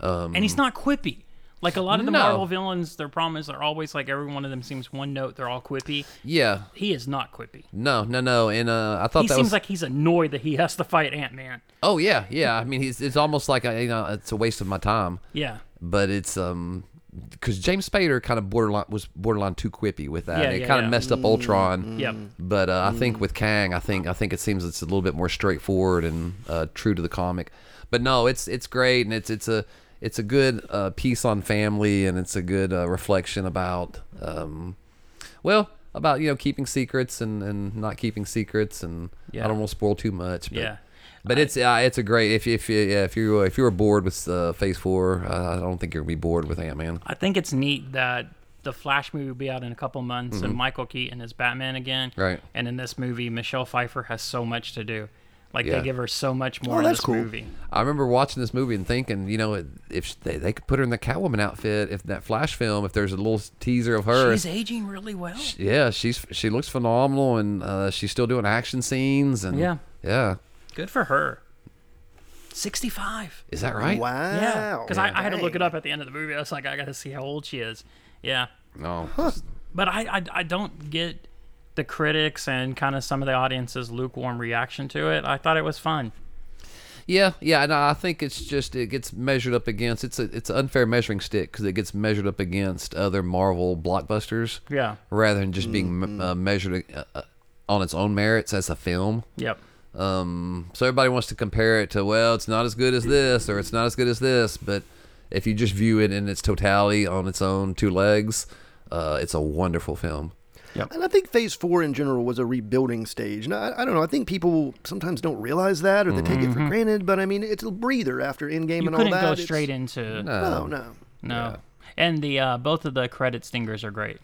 Speaker 2: And he's not quippy. Like a lot of the
Speaker 3: um, No.
Speaker 2: Marvel villains, their problem is they're always like every one of them seems one note. They're all quippy.
Speaker 3: Yeah.
Speaker 2: He is not quippy.
Speaker 3: No, no, no. And uh, I thought
Speaker 2: He
Speaker 3: that
Speaker 2: seems
Speaker 3: was
Speaker 2: like he's annoyed that he has to fight Ant Man.
Speaker 3: Oh yeah, yeah. I mean, he's, it's almost like a, you know, it's a waste of my time.
Speaker 2: Yeah.
Speaker 3: But it's um, because James Spader kind of borderline was borderline too quippy with that.
Speaker 2: Yeah,
Speaker 3: and it
Speaker 2: yeah,
Speaker 3: kind of
Speaker 2: yeah.
Speaker 3: messed up Ultron.
Speaker 2: Yep.
Speaker 3: But uh, I think with Kang, I think I think it seems it's a little bit more straightforward and uh, true to the comic. But no, it's it's great and it's it's a it's a good uh, piece on family and it's a good uh, reflection about um, well about you know keeping secrets and, and not keeping secrets and
Speaker 2: Yeah.
Speaker 3: I don't want to spoil too much. But,
Speaker 2: Yeah.
Speaker 3: but it's uh, it's a great if if yeah, if you if you were bored with uh, Phase Four, uh, I don't think you're gonna be bored with Ant Man.
Speaker 2: I think it's neat that the Flash movie will be out in a couple months
Speaker 1: Mm-hmm.
Speaker 2: and Michael Keaton is Batman again.
Speaker 3: Right.
Speaker 2: And in this movie, Michelle Pfeiffer has so much to do. Like
Speaker 3: Yeah.
Speaker 2: they give her so much more
Speaker 1: Oh,
Speaker 2: in
Speaker 1: that's
Speaker 2: this
Speaker 1: cool.
Speaker 2: movie.
Speaker 3: I remember watching this movie and thinking, you know, if they, they could put her in the Catwoman outfit, if that Flash film, if there's a little teaser of her,
Speaker 2: She's aging really well.
Speaker 3: yeah, she's she looks phenomenal and uh, she's still doing action scenes and
Speaker 2: Yeah.
Speaker 3: yeah,
Speaker 2: Good for her. 65.
Speaker 3: is that right?
Speaker 1: Wow.
Speaker 2: Yeah. Because I, I had to look it
Speaker 1: Dang.
Speaker 2: up at the end of the movie. I was like, I got to see how old she is. Yeah.
Speaker 3: No,
Speaker 2: But I, I, I don't get the critics and kind of some of the audience's lukewarm reaction to it. I thought it was fun.
Speaker 3: Yeah, yeah, and I think it's just it gets measured up against it's a it's an unfair measuring stick because it gets measured up against other Marvel blockbusters.
Speaker 2: Yeah.
Speaker 1: Mm-hmm.
Speaker 3: rather than just being me- uh, measured uh, uh, on its own merits as a film.
Speaker 2: Yep.
Speaker 3: Um, so everybody wants to compare it to well, it's not as good as this or it's not as good as this, but if you just view it in its totality on its own two legs, uh, it's a wonderful film.
Speaker 1: And I think phase four in general was a rebuilding stage. And I, I don't know. I think people sometimes don't realize that or they take it for granted. But I mean, it's a breather after Endgame
Speaker 2: You
Speaker 1: and all that.
Speaker 2: couldn't go
Speaker 1: It's-
Speaker 2: straight into
Speaker 3: Uh,
Speaker 2: no.
Speaker 1: No, no.
Speaker 2: And the uh, both of the credit stingers are great.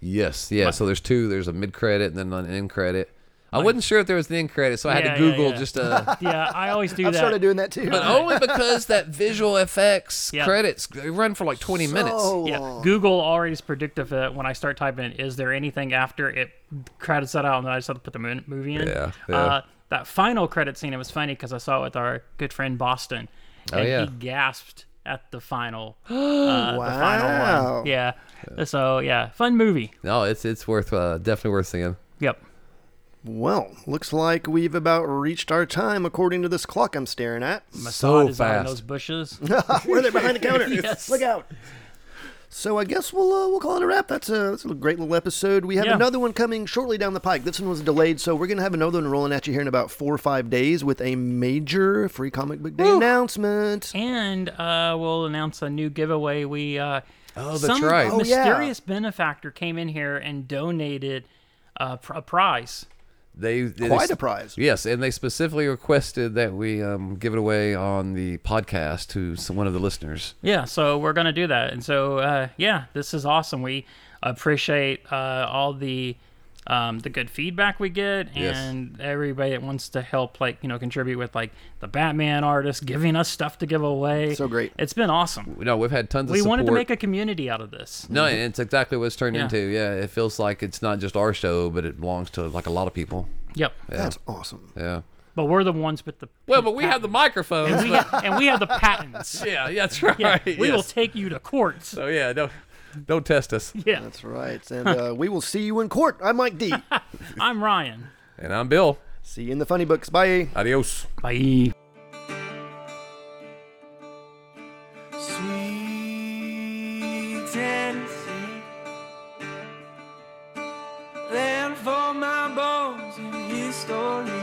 Speaker 3: Yes, yeah. So there's two. There's a mid credit and then an end credit. I wasn't sure if there was an end credit, so I had
Speaker 2: Yeah,
Speaker 3: to
Speaker 2: yeah,
Speaker 3: Google
Speaker 2: yeah.
Speaker 3: just a.
Speaker 2: Yeah, I always do
Speaker 1: I
Speaker 2: that.
Speaker 1: started doing that too.
Speaker 3: But only because that visual effects
Speaker 2: Yeah.
Speaker 3: credits they run for like 20 minutes.
Speaker 1: So
Speaker 2: yeah,
Speaker 1: long.
Speaker 2: Google already is predictive that when I start typing, in, "Is there anything after it?" credits that out, and then I just have to put the mo- movie in.
Speaker 3: Yeah, yeah.
Speaker 2: Uh, that final credit scene, it was funny because I saw it with our good friend Boston, and
Speaker 3: Oh,
Speaker 2: he
Speaker 3: yeah.
Speaker 2: gasped at the final, uh, the final
Speaker 1: Wow.
Speaker 2: one. Yeah. So yeah, fun movie.
Speaker 3: No, it's it's worth uh, definitely worth seeing.
Speaker 2: Yep.
Speaker 1: Well, looks like we've about reached our time according to this clock I'm staring at.
Speaker 2: Saw
Speaker 3: So
Speaker 2: is out in those
Speaker 3: fast.
Speaker 2: bushes.
Speaker 1: We're there behind the counter.
Speaker 2: Yes.
Speaker 1: Look out. So I guess we'll uh, we'll call it a wrap. That's a, that's a great little episode. We have
Speaker 2: Yeah.
Speaker 1: another one coming shortly down the pike. This one was delayed, so we're gonna have another one rolling at you here in about four or five days with a major free comic book day announcement.
Speaker 2: And uh, we'll announce a new giveaway. We uh,
Speaker 3: Oh, that's
Speaker 2: some
Speaker 3: right. Oh,
Speaker 1: yeah.
Speaker 2: mysterious benefactor came in here and donated uh, pr- a prize.
Speaker 3: They, they
Speaker 1: Quite a prize.
Speaker 3: Yes, and they specifically requested that we um, give it away on the podcast to some, one of the listeners.
Speaker 2: Yeah, so we're gonna do that, and so uh, yeah, this is awesome. We appreciate uh, all the um, the good feedback we get,
Speaker 3: Yes.
Speaker 2: and everybody that wants to help, like you know, contribute with like the Batman artist giving us stuff to give away.
Speaker 1: So great.
Speaker 2: It's been awesome.
Speaker 3: No, we've had tons of
Speaker 2: We
Speaker 3: support.
Speaker 2: wanted to make a community out of this.
Speaker 3: no, and it's exactly what it's turned
Speaker 2: Yeah.
Speaker 3: into. Yeah, it feels like it's not just our show, but it belongs to like a lot of people.
Speaker 2: Yep.
Speaker 1: That's awesome.
Speaker 3: Yeah.
Speaker 2: But we're the ones with the
Speaker 3: Well, but we have the microphones.
Speaker 2: and we have, and we have the patents.
Speaker 3: yeah, yeah, that's right.
Speaker 2: Yeah, we will
Speaker 3: yes.
Speaker 2: take you to court.
Speaker 3: so yeah, don't don't test us.
Speaker 2: Yeah,
Speaker 1: That's right. And uh, we will see you in court. I'm Mike D.
Speaker 2: I'm Ryan.
Speaker 3: And I'm Bill.
Speaker 1: see you in the funny books. Bye.
Speaker 3: Adios.
Speaker 2: Bye.
Speaker 4: Sweet Tennessee, land for my bones and history.